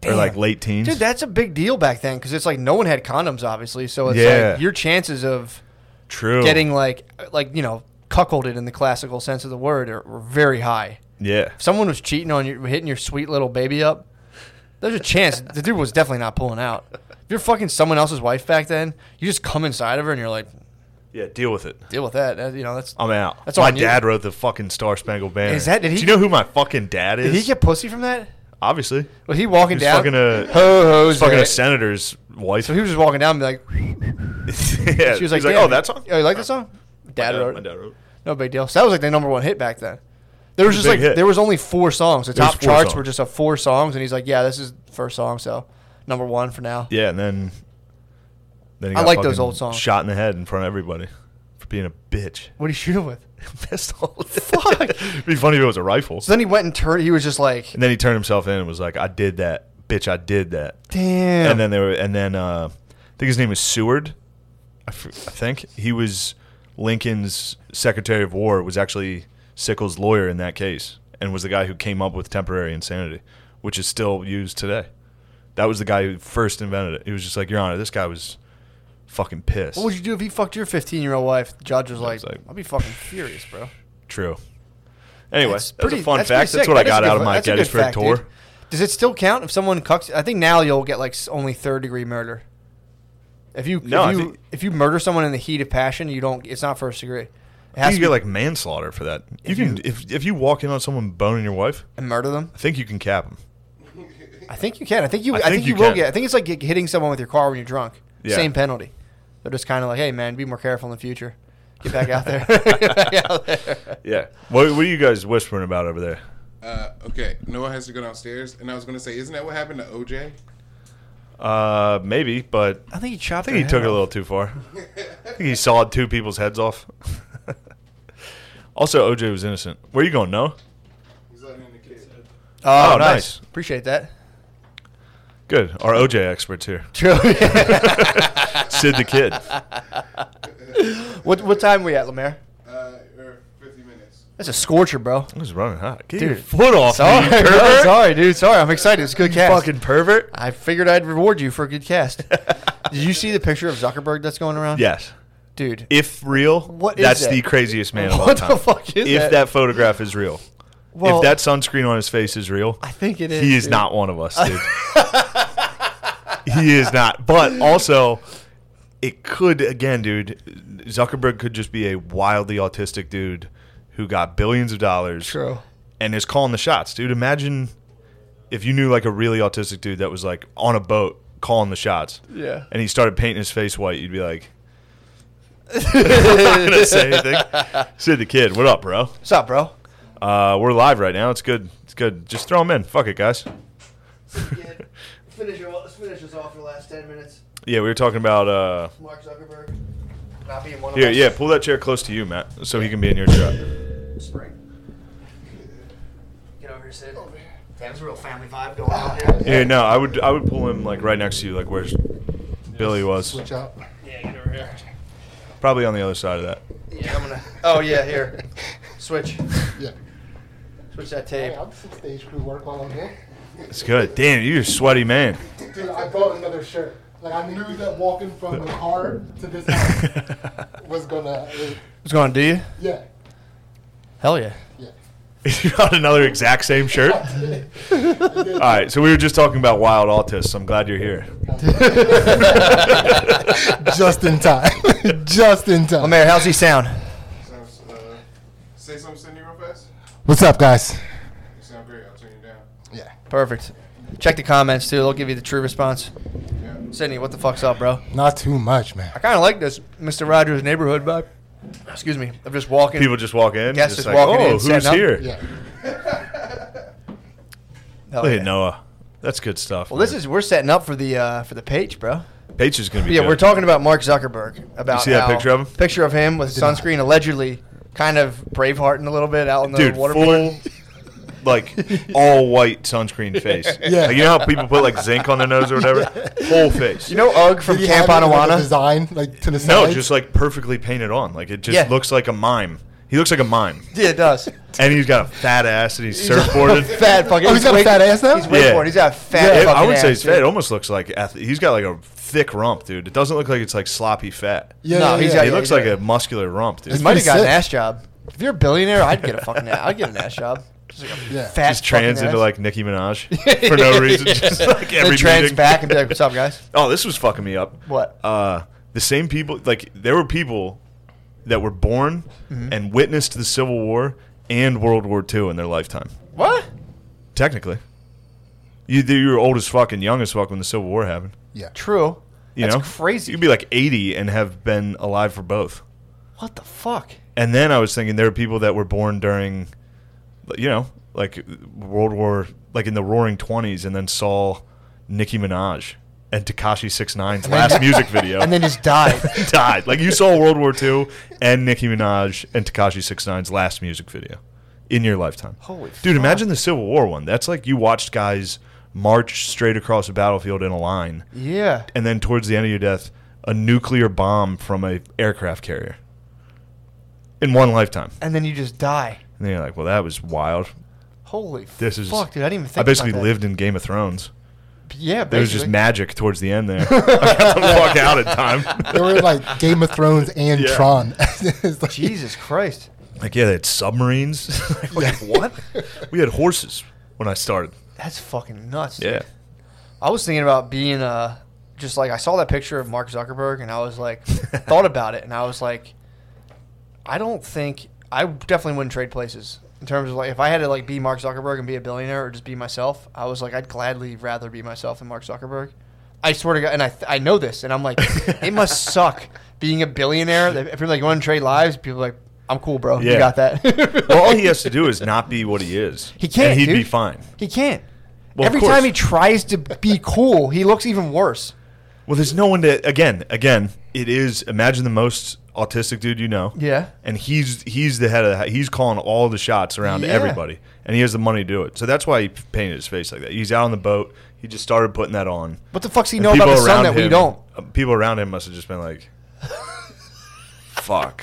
A: or like
B: Damn.
A: late teens.
B: Dude, that's a big deal back then because it's like no one had condoms, obviously. So it's
A: Yeah.
B: like your chances of
A: true.
B: getting like, like you know, cuckolded in the classical sense of the word are, were very high.
A: yeah,
B: If someone was cheating on you, hitting your sweet little baby up, there's a chance the dude was definitely not pulling out. If you're fucking someone else's wife back then, you just come inside of her and you're like,
A: yeah. Deal with it.
B: deal with that. That- you know, that's.
A: I'm out.
B: That's
A: my
B: on you.
A: dad wrote the fucking Star Spangled Banner.
B: Is that- did he
A: Do you know who my fucking dad is?
B: Did he get pussy from that?
A: Obviously,
B: Was he walking
A: He's
B: down?
A: fucking a-
B: ho ho.
A: he's fucking a senator's wife.
B: So he was just walking down and be like,
A: yeah,
B: she was like,
A: he's like
B: "Damn,
A: oh, that song.
B: Oh, you like that song? Dad
A: Yeah,
B: wrote
A: my
B: it.
A: dad wrote. it.
B: No big deal. So that was like the number one hit back then. There
A: It was
B: was just
A: a
B: like
A: big hit.
B: there was only four songs. The
A: There was
B: top
A: four
B: charts were
A: songs.
B: just a four songs, and he's like, "Yeah, this is the first song, so number one for now."
A: Yeah, and then then he
B: I
A: got
B: like those
A: fucking
B: old songs.
A: Shot in the head in front of everybody for being a bitch.
B: What do you shoot him with?
A: Pistol. Fuck. It'd be funny if it was a rifle.
B: So then he went and turned. He was just like,
A: And then he turned himself in and was like, I did that, bitch, I did that.
B: Damn.
A: And then they were, and then uh, I think his name was Seward. I, fr- I think he was Lincoln's Secretary of War. Was actually Sickles' lawyer in that case, and was the guy who came up with temporary insanity, which is still used today. That was the guy who first invented it. He was just like, Your Honor, this guy was fucking pissed.
B: what would you do if he fucked your 15 year old wife? The judge was like,
A: was like-
B: I'd be fucking furious, bro.
A: True. Anyway,
B: That's
A: that's,
B: pretty-
A: a fun
B: that's pretty
A: fact. That's
B: sick.
A: what I
B: That is a
A: got
B: good
A: out of
B: fu-
A: my
B: that's a good
A: Gettysburg
B: fact,
A: tour.
B: dude. Does it still count if someone cucks? I think now you'll get like s- only third degree murder. If you
A: No, I
B: if you,
A: think-
B: if you murder someone in the heat of passion, you don't. It's not first degree. It
A: I think
B: has
A: you
B: to be
A: get like manslaughter for that. You
B: If
A: can
B: you-
A: if if you walk in on someone boning your wife,
B: and murder them.
A: I think you can cap them.
B: I think you can. I think you.
A: I
B: I think,
A: think
B: you,
A: you
B: will
A: can.
B: get. I think it's like get- hitting someone with your car when you're drunk.
A: Yeah.
B: Same penalty. They're just kind of like, hey man, be more careful in the future. Get back out there. Get back out there.
A: Yeah. What, what are you guys whispering about over there?
D: Uh, okay, Noah has to go downstairs, and I was gonna say, isn't that what happened to OJ?
A: Uh, maybe, but
B: I think he chopped.
A: I think he took it a little too far. I think he sawed two people's heads off. also, OJ was innocent. Where you going? No.
D: He's letting in the kid.
B: Oh,
A: Oh,
B: nice.
A: nice.
B: Appreciate that.
A: Good. Our OJ experts here.
B: True.
A: Sid the kid.
B: what what time we at, Lemaire?
D: Uh, or 50 minutes.
B: That's a scorcher, bro.
A: I was running hot. Get
B: Dude.
A: your foot off
B: Sorry,
A: me, Oh, you
B: bro,
A: pervert.
B: sorry, dude. Sorry, I'm excited. It's a good cast.
A: Fucking pervert.
B: I figured I'd reward you for a good cast. Did you see the picture of Zuckerberg that's going around?
A: Yes.
B: dude.
A: If real,
B: What is
A: that's
B: that?
A: the craziest man of all
B: What the
A: time.
B: fuck is
A: if
B: that?
A: that? photograph is real,
B: Well-
A: if that sunscreen on his face is real,
B: I think it is.
A: he is
B: dude.
A: not one of us, dude. he is not. But also, it could again, dude. Zuckerberg could just be a wildly autistic dude who got billions of dollars
B: True.
A: and is calling the shots, dude. Imagine if you knew like a really autistic dude that was like on a boat calling the shots,
B: Yeah.
A: and he started painting his face white. You'd be like. I'm not gonna say anything. Sid the kid, what up, bro?
B: What's up, bro?
A: Uh, we're live right now. It's good. It's good. Just throw them in. Fuck it, guys.
B: finish, us off for the last ten minutes.
A: Yeah, we were talking about. Uh,
B: Mark Zuckerberg not being one
A: here, yeah, pull that chair close to you, Matt, so he can be in your shot.
B: Spring. Get over here, Sid. That's a real family vibe going on here.
A: Yeah, no, I would, I would pull him like right next to you, like where Billy was,
E: Switch out.
C: Yeah, get over here.
A: probably on the other side of that.
B: Yeah, I'm gonna. Oh yeah, here. Switch.
E: Yeah.
B: Switch that tape.
E: I'll some stage crew work while I'm here.
A: It's good. Damn, you're a sweaty man.
E: Dude, I brought another shirt. Like I knew that walking from the car to this house was gonna.
B: What's going on, do you?
E: yeah.
B: Hell yeah.
E: Yeah.
A: you got another exact same shirt. All right, so we were just talking about wild autists. I'm glad you're here.
E: Just in time. Just in time.
B: Lemaire, how's he sound?
D: Sounds, uh, say something, Cindy, real fast.
E: What's up, guys?
D: You sound great. I'll turn you down.
E: Yeah.
B: Perfect. Check the comments too. They'll give you the true response.
D: Yeah.
B: Sydney, what the fuck's up, bro?
E: Not too much, man.
B: I kind of like this Mr. Rogers neighborhood vibe. Excuse me. I'm just walking.
A: People just walk in.
B: Guests
A: just
B: just walking in,
A: oh,
B: setting
A: who's
B: up."
A: here?
E: Yeah.
B: Hell
A: Look
B: Oh, yeah.
A: at Noah. That's good stuff.
B: Well, this
A: man.
B: is we're setting up for the uh, for the page, bro.
A: Paige is gonna be.
B: Yeah,
A: good.
B: we're talking about Mark Zuckerberg. About
A: see that
B: how-
A: picture of him?
B: Picture of him with
E: not.
B: sunscreen, allegedly kind of bravehearting a little bit out in the
A: dude,
B: water.
A: full, like all white sunscreen face.
E: Yeah.
A: Like, you know how people put like zinc on their nose or whatever? Whole face.
B: You know Ugg from
E: Did he
B: Camp
E: have it in, like, a
B: Anawana?
E: Design like to the side.
A: no, just like perfectly painted on. Like it just
B: Yeah.
A: looks like a mime. He looks like a mime,
B: Yeah, it does.
A: and he's got a fat ass, and he's surfboarded.
B: fat fucking.
E: Oh, he's got a fat ass now?
B: Oh, He's
E: Yeah.
B: wakeboarding. He's got a fat.
A: Yeah, I
B: fucking
A: would
B: ass,
A: say he's
B: dude.
A: fat. Oh, It almost looks like ath- he's got like a thick rump, dude. It doesn't look like it's like sloppy fat.
E: Yeah,
B: No,
E: yeah,
B: he's
E: yeah.
B: got-
A: He
B: yeah,
A: looks
B: he's
A: like
B: got-
A: a muscular rump, dude.
B: He might have
E: pretty
B: got an
E: sick.
B: ass job. If you're a billionaire, I'd get a fucking. ass. I'd give an ass job. Just like a
E: Yeah.
B: fat
A: Just trans
B: fucking
A: into
B: ass.
A: like Nicki Minaj for no reason. Just like
B: Then
A: every
B: trans
A: meeting.
B: back and be like, "What's up, guys?"
A: Oh, this was fucking me up.
B: What?
A: Uh, the same people, like there were people that were born
B: Mm-hmm.
A: and witnessed the Civil War and World War II in their lifetime.
B: What?
A: Technically, you you were old as fuck and young as fuck when the Civil War happened.
E: yeah.
B: True.
A: You
B: That's
A: know,
B: crazy.
A: You'd be like eighty and have been alive for both.
B: What the fuck?
A: And then I was thinking there were people that were born during, you know, like World War, like in the Roaring Twenties, and then saw Nicki Minaj and Takashi Six Nine's last music video,
B: And then just died.
A: died. Like you saw World War II and Nicki Minaj and Takashi Six Nine's last music video in your lifetime.
B: Holy
A: dude!
B: fuck.
A: Imagine the Civil War one. That's like you watched guys march straight across the battlefield in a line,
B: Yeah.
A: and then towards the end of your death, a nuclear bomb from a aircraft carrier. In one lifetime,
B: And then you just die.
A: and then you're like, "Well, that was wild."
B: Holy
A: This is
B: fuck, dude! I didn't even think.
A: I basically
B: about that.
A: lived in Game of Thrones.
B: Yeah, basically.
A: There was just magic towards the end there. I got the fuck out in time.
E: They were like Game of Thrones and
A: Yeah.
E: Tron. It's like-
B: Jesus Christ!
A: Like, yeah, they had submarines. like, what? We had horses when I started.
B: That's fucking nuts. dude.
A: Yeah.
B: I was thinking about being uh just like I saw that picture of Mark Zuckerberg and I was like thought about it and I was like I don't think I definitely wouldn't trade places in terms of like if I had to like be Mark Zuckerberg and be a billionaire or just be myself I was like I'd gladly rather be myself than Mark Zuckerberg I swear to God and I th- I know this and I'm like it must suck being a billionaire if people are like you want to trade lives people are like I'm cool bro you
A: Yeah.
B: got that
A: Well, all he has to do is not be what he is.
B: He can't,
A: And he'd
B: dude.
A: be fine.
B: he can't
A: Well, of
B: every
A: course.
B: time he tries to be cool he looks even worse
A: Well, there's no one to. Again, again, it is. Imagine the most autistic dude you know.
B: yeah
A: And he's he's the head of the, he's calling all the shots around
B: Yeah.
A: everybody, and he has the money to do it. So that's why he painted his face like that. He's out on the boat. He just started putting that on.
B: What the fuck's he
A: And
B: know about the
A: people
B: sun
A: around
B: that we
A: him-
B: don't?
A: uh, People around him must have just been like, "Fuck,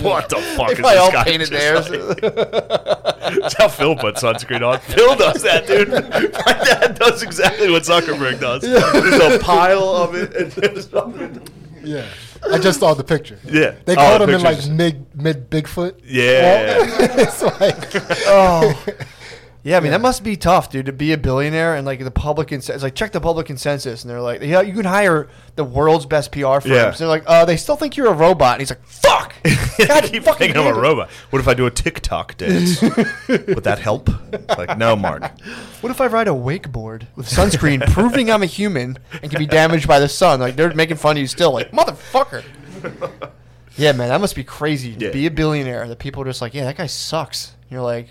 A: what the fuck is this guy?" just like?" That's how Phil puts sunscreen on. Phil does that, dude. My dad does exactly what Zuckerberg does. There's a pile of it. And there's something.
E: yeah. I just saw the picture.
A: Yeah.
E: They
A: Oh,
E: called
A: the
E: him in like
A: pictures.
E: mid mid Bigfoot.
A: Yeah.
E: walk. it's like
B: oh. Yeah, I mean that must be tough, dude, to be a billionaire and like the public consensus. Like check the public consensus, and they're like, yeah, you can hire the world's best PR firms.
A: Yeah.
B: They're like, uh, they still think you're a robot, and he's like, fuck,
A: I
B: God,
A: keep
B: fucking
A: thinking I'm
B: damn
A: a
B: it.
A: robot. What if I do a TikTok dance? Would that help? Like, no, Mark.
B: What if I ride a wakeboard with sunscreen, proving I'm a human and can be damaged by the sun? Like they're making fun of you still, like motherfucker. Yeah, man, that must be crazy.
A: Yeah.
B: To be a billionaire, that people are just like, yeah, that guy sucks. And you're like,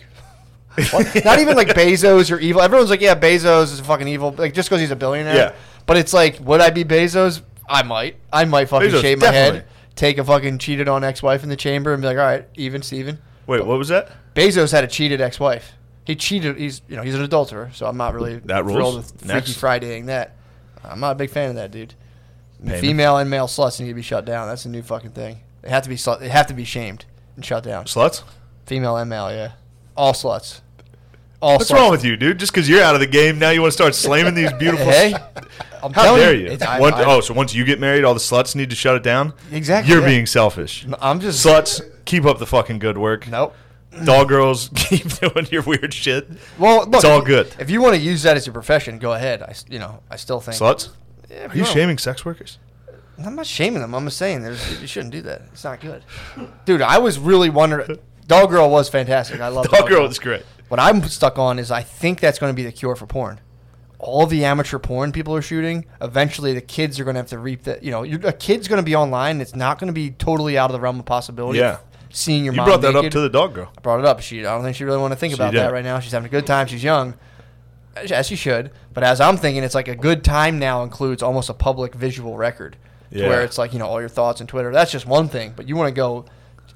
B: what? not even like Bezos or evil. Everyone's like, yeah, Bezos is fucking evil, like just because he's a billionaire.
A: Yeah.
B: But it's like, would I be Bezos? I might. I might fucking
A: Bezos,
B: shave my head,
A: definitely.
B: take a fucking cheated on ex wife in the chamber, and be like, all right, even Steven.
A: Wait, what was that?
B: Bezos had a cheated ex-wife. He cheated. He's you know he's an adulterer, so I'm not really
A: That rules.
B: thrilled with Freaky
A: Next.
B: Fridaying that. I'm not a big fan of that, dude.
A: Payment.
B: Female and male sluts need to be shut down. That's a new fucking thing. They have to be slut. They have to be shamed and shut down.
A: Sluts?
B: Female and male, yeah. All sluts. All.
A: What's
B: sluts.
A: wrong with you, dude? Just because you're out of the game, now you want to start slamming these beautiful.
B: Hey, I'm
A: How
B: telling
A: dare you?
B: it's- I-
A: One-
B: I-
A: oh, so once you get married, all the sluts need to shut it down?
B: Exactly,
A: You're
B: yeah.
A: being selfish.
B: I'm just
A: Sluts, keep up the fucking good work.
B: Nope.
A: Doll girls, keep doing your weird shit.
B: Well, look,
A: It's all
B: if-
A: good.
B: If you want to use that as your profession, go ahead. I, s- you know, I still think
A: Sluts?
B: Yeah,
A: Are you
B: bro.
A: shaming sex workers?
B: I'm not shaming them. I'm just saying there's, you shouldn't do that. It's not good. Dude, I was really wondering. Doll Girl was fantastic. I love
A: Doll girl is great.
B: What I'm stuck on is I think that's going to be the cure for porn. All the amateur porn people are shooting. Eventually, the kids are going to have to reap that. You know, you're, a kid's going to be online. It's not going to be totally out of the realm of possibility.
A: Yeah.
B: Seeing your
A: You
B: mom
A: brought that up
B: naked.
A: to the dog girl.
B: I brought it up. She, I don't think she really want to think
A: She
B: about that
A: didn't.
B: right now. She's having a good time. She's young, as as she should. But as I'm thinking, it's like a good time now includes almost a public visual record, to
A: Yeah.
B: where it's like you know all your thoughts on Twitter. That's just one thing, but you want to go.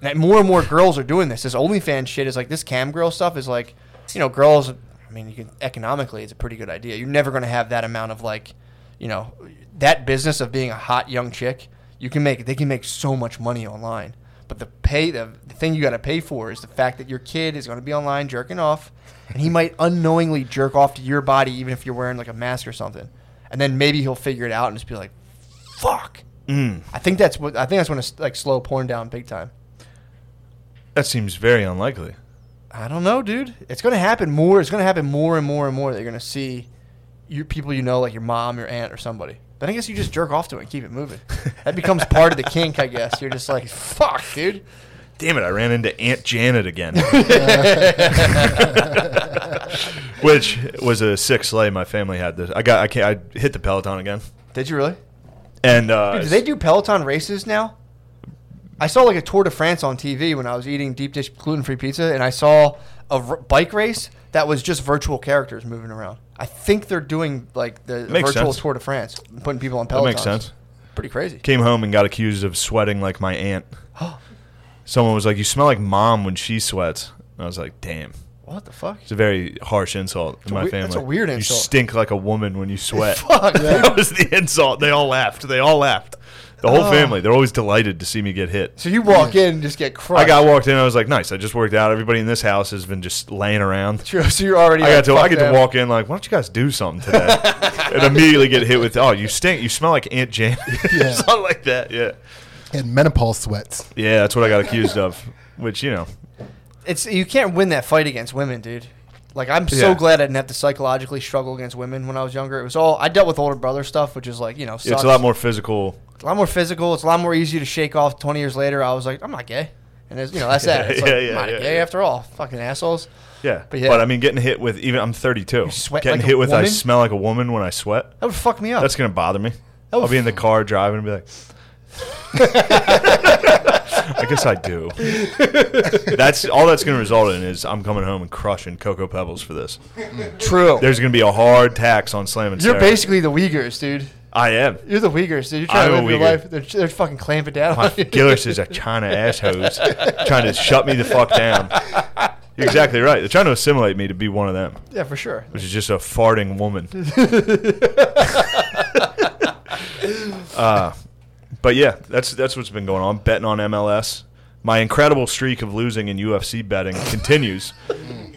B: and More and more girls are doing this. This OnlyFans shit is like this cam girl stuff is like, you know, girls. I mean, you can economically, it's a pretty good idea. You're never going to have that amount of like, you know, that business of being a hot young chick. You can make they can make so much money online. But the pay the, the thing you got to pay for is the fact that your kid is going to be online jerking off, and he might unknowingly jerk off to your body even if you're wearing like a mask or something, and then maybe he'll figure it out and just be like, "Fuck." I think that's what I think that's when it's like slow porn down big time.
A: That seems very unlikely.
B: I don't know, dude. It's going to happen more. It's going to happen more and more and more. That you're going to see your people you know, like your mom, your aunt, or somebody. Then I guess you just jerk off to it and keep it moving. That becomes part of the kink, I guess. You're just like, fuck, dude.
A: Damn it, I ran into Aunt Janet again. Which was a sick sleigh my family had this. I got I can't I hit the Peloton again.
B: Did you really?
A: And uh
B: Dude, do they do Peloton races now? I saw like a Tour de France on TV when I was eating deep dish gluten free pizza, and I saw a r- bike race that was just virtual characters moving around. I think they're doing like the
A: Makes
B: virtual
A: sense.
B: Tour de France, putting people on Pelotons.
A: that makes sense.
B: Pretty crazy.
A: Came home and got accused of sweating like my aunt. Someone was like, "You smell like mom when she sweats." And I was like, "Damn."
B: What the fuck?
A: It's a very harsh insult in my
B: wei-
A: family.
B: that's a weird
A: You
B: insult.
A: stink like a woman when you sweat.
B: Fuck.
A: that was the insult. They all laughed. They all laughed. The
B: Oh.
A: whole family. They're always delighted to see me get hit.
B: So you walk in and just get crushed.
A: I got walked in. I was like, nice. I just worked out. Everybody in this house has been just laying around.
B: True. So you're already.
A: I got to.
B: like,
A: I
B: fuck
A: get to
B: them.
A: walk in like, why don't you guys do something today? and immediately get hit with, oh, you stink. You smell like Aunt Jane.
E: Yeah.
A: something like that. Yeah.
E: And menopause sweats.
A: Yeah. That's what I got accused of. Which you know,
B: It's you can't win that fight against women, dude. Like I'm so
A: Yeah.
B: glad I didn't have to psychologically struggle against women when I was younger. It was all I dealt with older brother stuff, which is like you know sucks.
A: it's a lot more physical.
B: a lot more physical. It's a lot more easy to shake off. Twenty years later, I was like, I'm not gay, and it's, you know that's that. It's
A: Yeah,
B: like,
A: yeah,
B: I'm not
A: yeah,
B: gay
A: yeah.
B: after all. Fucking assholes.
A: Yeah.
B: But
A: But,
B: yeah.
A: I mean, getting hit with even I'm 32.
B: sweat
A: getting
B: like a
A: hit with I
B: woman?
A: smell like a woman when I sweat.
B: That would fuck me up.
A: That's gonna bother me.
B: That
A: I'll
B: would
A: be in the car driving and be like, I guess I do. That's all that's gonna result in is I'm coming home and crushing cocoa pebbles for this.
B: true.
A: There's gonna be a hard tax on slamming.
B: You're
A: Sarah.
B: basically the Uyghurs, dude.
A: I am.
B: You're the Uyghurs, dude. You're trying
A: I'm a
B: to live your
A: Uyghur.
B: life. They're, they're fucking clamping down
A: My
B: on you.
A: Gillis is a China asshole trying to shut me the fuck down. You're exactly right. They're trying to assimilate me to be one of them,
B: Yeah, for sure.
A: which is just a farting woman. Uh, but yeah, that's that's what's been going on. Betting on MLS. My incredible streak of losing in UFC betting continues.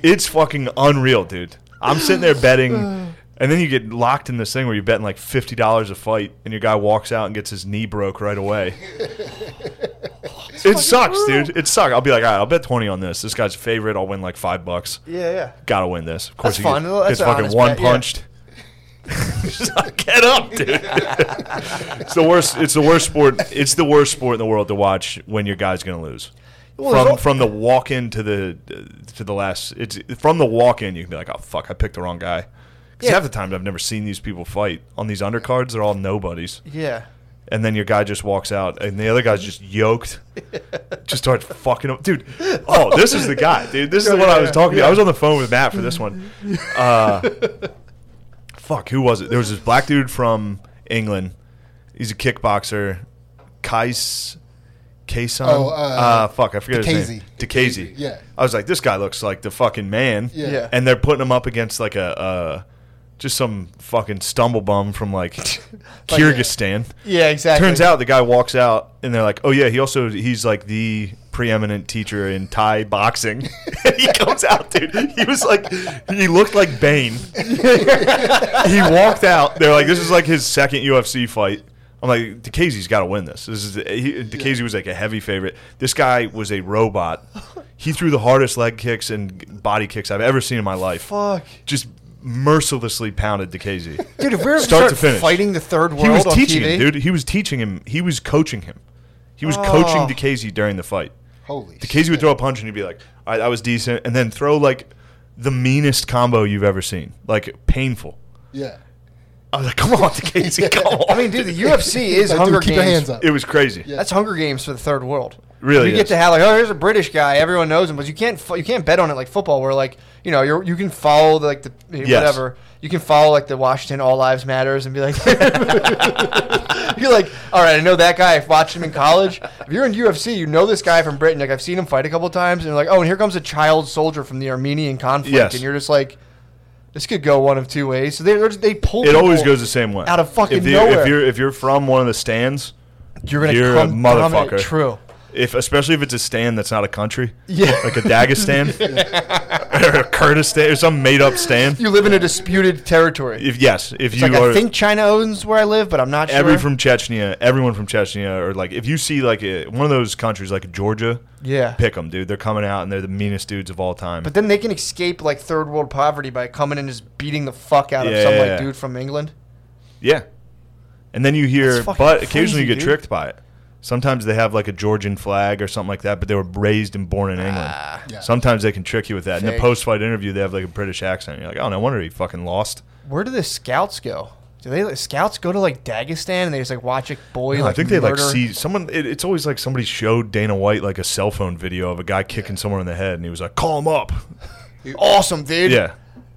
A: it's fucking unreal, dude. I'm sitting there betting, and then you get locked in this thing where you're betting like fifty dollars a fight, and your guy walks out and gets his knee broke right away. it sucks, dude. It sucks. I'll be like, all right, I'll bet twenty on this. This guy's a favorite. I'll win like five bucks.
B: Yeah, yeah.
A: Gotta win this. Of course,
B: That's
A: he
B: fun.
A: gets,
B: That's
A: gets
B: an
A: fucking
B: honest
A: one
B: bet, yeah.
A: punched. Just like, Get up, dude. it's the worst. It's the worst sport. It's the worst sport in the world to watch when your guy's gonna lose.
B: Well, there's
A: from
B: al-
A: from the walk in to the to the last. It's from the walk in. You can be like, oh fuck, I picked the wrong guy. Because
B: Yeah.
A: half the times I've never seen these people fight on these undercards. They're all nobodies,
B: Yeah.
A: and then your guy just walks out, and the other guy's just yoked, just starts fucking up, dude. Oh, this is the guy, dude. This is the one I was talking to. I was on the phone with Matt for this one. Uh, fuck, who was it? There was this black dude from England. He's a kickboxer. Kais Kayson?
E: Oh, uh,
A: fuck, I forget his name. DeCasey.
E: Yeah.
A: I was like, this guy looks like the fucking man.
E: Yeah.
B: Yeah.
A: And they're putting him up against like a uh, just some fucking stumble bum from like Kyrgyzstan.
B: Yeah, exactly.
A: Turns out the guy walks out and they're like, "Oh yeah, he also he's like the preeminent teacher in Thai boxing." he comes out, dude. He was like, he looked like Bane. he walked out. They're like, "This is like his second UFC fight." I'm like, DeCasey's got to win this. This is he, DeCasey was like a heavy favorite. This guy was a robot. He threw the hardest leg kicks and body kicks I've ever seen in my life.
B: Fuck.
A: Just mercilessly pounded DeCasey.
B: Dude, if we we're
A: Start
B: start,
A: to finish.
B: fighting the third world
A: He was
B: on
A: teaching
B: TV,
A: him, dude. He was teaching him. He was coaching him. He was
B: Oh.
A: coaching DeCasey during the fight.
E: Holy shit.
A: DeCasey would throw a punch and he'd be like, "All right, that was decent," and then throw like the meanest combo you've ever seen, like painful.
E: Yeah.
A: I was like, "Come on, DeCasey, come on!"
B: I mean, dude, the UFC is
E: Like, dude,
B: Hunger
E: keep
B: Games.
E: your hands up.
A: it was crazy.
E: Yeah.
B: That's Hunger Games for the third world.
A: Really
B: you get
A: is.
B: to have like, oh, here's a British guy, everyone knows him, but you can't fo- you can't bet on it like football, where like you know you you can follow like the whatever you can follow like the Washington All Lives Matters and be like, you're like, all right, I know that guy. I've watched him in college. If you're in UFC, you know this guy from Britain. Like I've seen him fight a couple times, and you're like, oh, and here comes a child soldier from the Armenian conflict,
A: Yes.
B: and you're just like. This could go one of two ways. So they they're just- they pull.
A: It always
B: people
A: goes the same way.
B: out of fucking
A: if you-
B: nowhere.
A: If you're if you're from one of the stands,
B: You're gonna
A: you're a
B: come dominant.
A: motherfucker.
B: True.
A: if especially if it's a stand that's not a country,
B: Yeah.
A: like a Dagestan or a Kurdistan or some made up stand.
B: You live in a disputed territory.
A: If yes, if you
B: It's like
A: are
B: I think China owns where I live, but I'm not sure.
A: every from Chechnya, everyone from Chechnya, or like if you see like a, one of those countries like Georgia,
B: yeah,
A: pick them, dude. They're coming out and they're the meanest dudes of all time.
B: but then they can escape like third world poverty by coming and just beating the fuck out of
A: Yeah,
B: some
A: yeah,
B: like
A: yeah.
B: dude from England.
A: yeah, and then you hear,
B: That's fucking
A: but occasionally
B: crazy,
A: you get
B: dude.
A: tricked by it. Sometimes they have like a Georgian flag or something like that, but they were raised and born in England.
E: Yeah.
A: Sometimes they can trick you with that. In the
B: Ah. Fake.
A: post-fight interview, they have like a British accent. You're like, oh, no wonder he fucking lost.
B: Where do the scouts go? Do they like, scouts go to like Dagestan and they just like watch a boy?
A: No,
B: like,
A: I think they like
B: murder-
A: see someone. It, it's always like somebody showed Dana White like a cell phone video of a guy kicking someone in the head, and he was like, "Call him up."
B: Awesome, dude.
A: Yeah,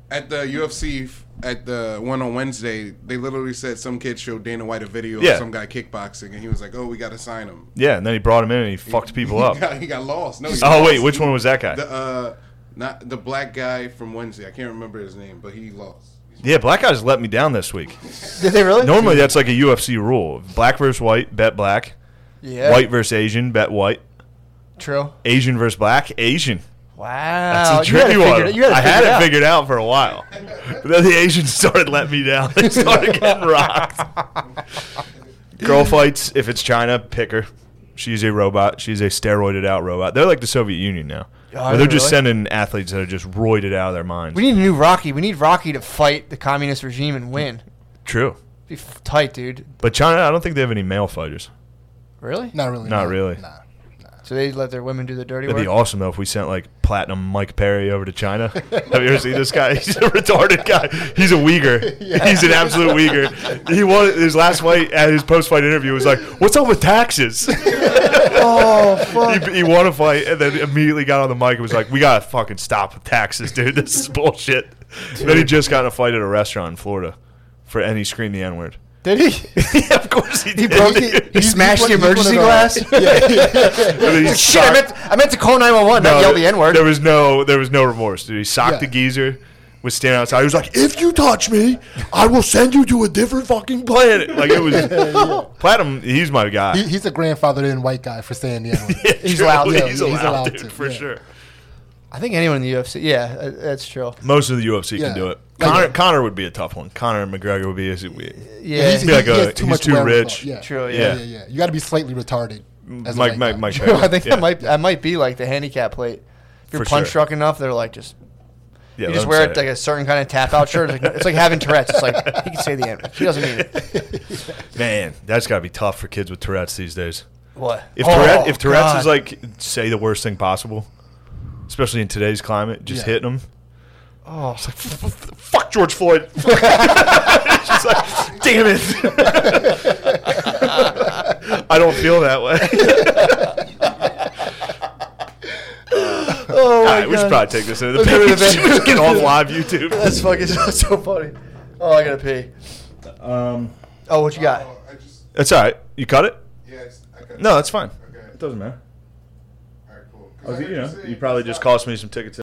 D: At the UFC, f- at the one on Wednesday, they literally said some kid showed Dana White a video
A: Yeah.
D: of some guy kickboxing, and he was like, "Oh, we got to sign him."
A: yeah. And then he brought him in and he fucked people
D: He
A: up.
D: got- he got lost. No. he
A: Oh
D: lost.
A: wait, which one was that guy?
D: The, uh, Not the black guy from Wednesday. I can't remember his name, but he lost.
A: Yeah, black guys let me down this week.
B: Did they really?
A: Normally, that's like a UFC rule: black versus white, bet black;
B: Yeah.
A: white versus Asian, bet white;
B: True.
A: Asian versus black, Asian.
B: Wow.
A: That's a
B: Oh, You
A: tricky
B: had it figured-
A: one.
B: you had it
A: I had
B: figured out.
A: it figured out for a while, but then the Asians started letting me down. They started getting rocked. Girl fights. If it's China, pick her. She's a robot. She's a steroided out robot. They're like the Soviet Union now. Where
B: Are they
A: they're just
B: really?
A: sending athletes that are just roided out of their minds.
B: We need a new Rocky. We need Rocky to fight the communist regime and win.
A: True,
B: Be f- tight, dude.
A: but China, I don't think they have any male fighters.
B: Really?
E: Not really.
A: Not
E: no.
A: really.
E: Nah.
B: So they let their women do the dirty
A: That'd
B: work.
A: be awesome though if we sent like platinum Mike Perry over to China. Have you ever seen this guy? He's a retarded guy. He's a Uyghur. He's an absolute Uyghur. He won his last fight at his post fight interview was like, "What's up with taxes?"
B: Oh fuck!
A: he, he won a fight and then immediately got on the mic and was like, "We gotta fucking stop with taxes, dude. This is bullshit." Then he just got in a fight at a restaurant in Florida, for and he screamed the n word.
B: Did he?
A: yeah, of course he, did.
B: broke
A: dude.
B: it. He smashed the
E: put- you put
B: emergency
E: it on.
B: glass.
A: And then he
B: Shit!
A: socked-
B: I meant, I meant to call nine one one. Not yell the
A: th-
B: n word.
A: There was no there was no remorse, dude. He socked
E: Yeah.
A: the geezer, was standing outside. He was like, "If you touch me, I will send you to a different fucking planet." Like it was platinum. He's my guy.
E: He, he's a grandfathered in white guy for saying the N word.
B: he's allowed.
A: He's,
E: Yeah, he's
A: allowed,
E: allowed
A: dude,
E: to,
A: for
E: yeah.
A: sure.
B: I think anyone in the UFC. Yeah, uh, that's true.
A: Most of the UFC
E: Yeah.
A: can do it.
E: Like-
A: Connor, Connor would be a tough one. Connor and McGregor would be. Is
B: Yeah,
A: He's- be like
E: he has
A: a- he's too
E: wherewithal.
A: rich.
E: Yeah.
B: True,
A: yeah.
E: Yeah. yeah, yeah, You got to be slightly retarded. as a
A: Mike-
E: white
A: Mike-
E: guy.
A: Mike
E: Yeah,
B: I think
A: Yeah.
B: that might that might be like the handicap plate. If you're
A: For
B: punch
A: sure.
B: drunk enough, they're like just
A: yeah, let
B: you just
A: him
B: wear
A: say
B: it, like a certain kind of tap out shirt. It's like, it's like having Tourette's. It's like he can say the N word. He doesn't mean it.
A: man, that's got to be tough for kids with Tourette's these days.
B: What?
A: If
B: Oh,
A: Tourette, if Tourette's
B: God.
A: is like say the worst thing possible, especially in today's climate, just
E: Yeah.
A: hitting them. Oh, it's like "F- f- f- fuck George Floyd. It's just like, damn it. I don't feel that way.
B: oh
A: All
B: my
A: right, we should
B: God.
A: probably take this into the
B: Let's get rid
A: page.
B: of it.
A: We should get off live YouTube.
B: That's fucking so, so funny. Oh, I gotta pee.
A: Um,
B: Oh, what you got?
D: Oh, I just,
A: that's all right. You cut it?
D: yeah, it's- I got
A: No, that's fine.
D: Okay.
A: doesn't matter.
D: All right, cool.
A: I was- you know,
D: Saying,
A: you probably
D: it's
A: just
D: not-
A: cost me some tickets.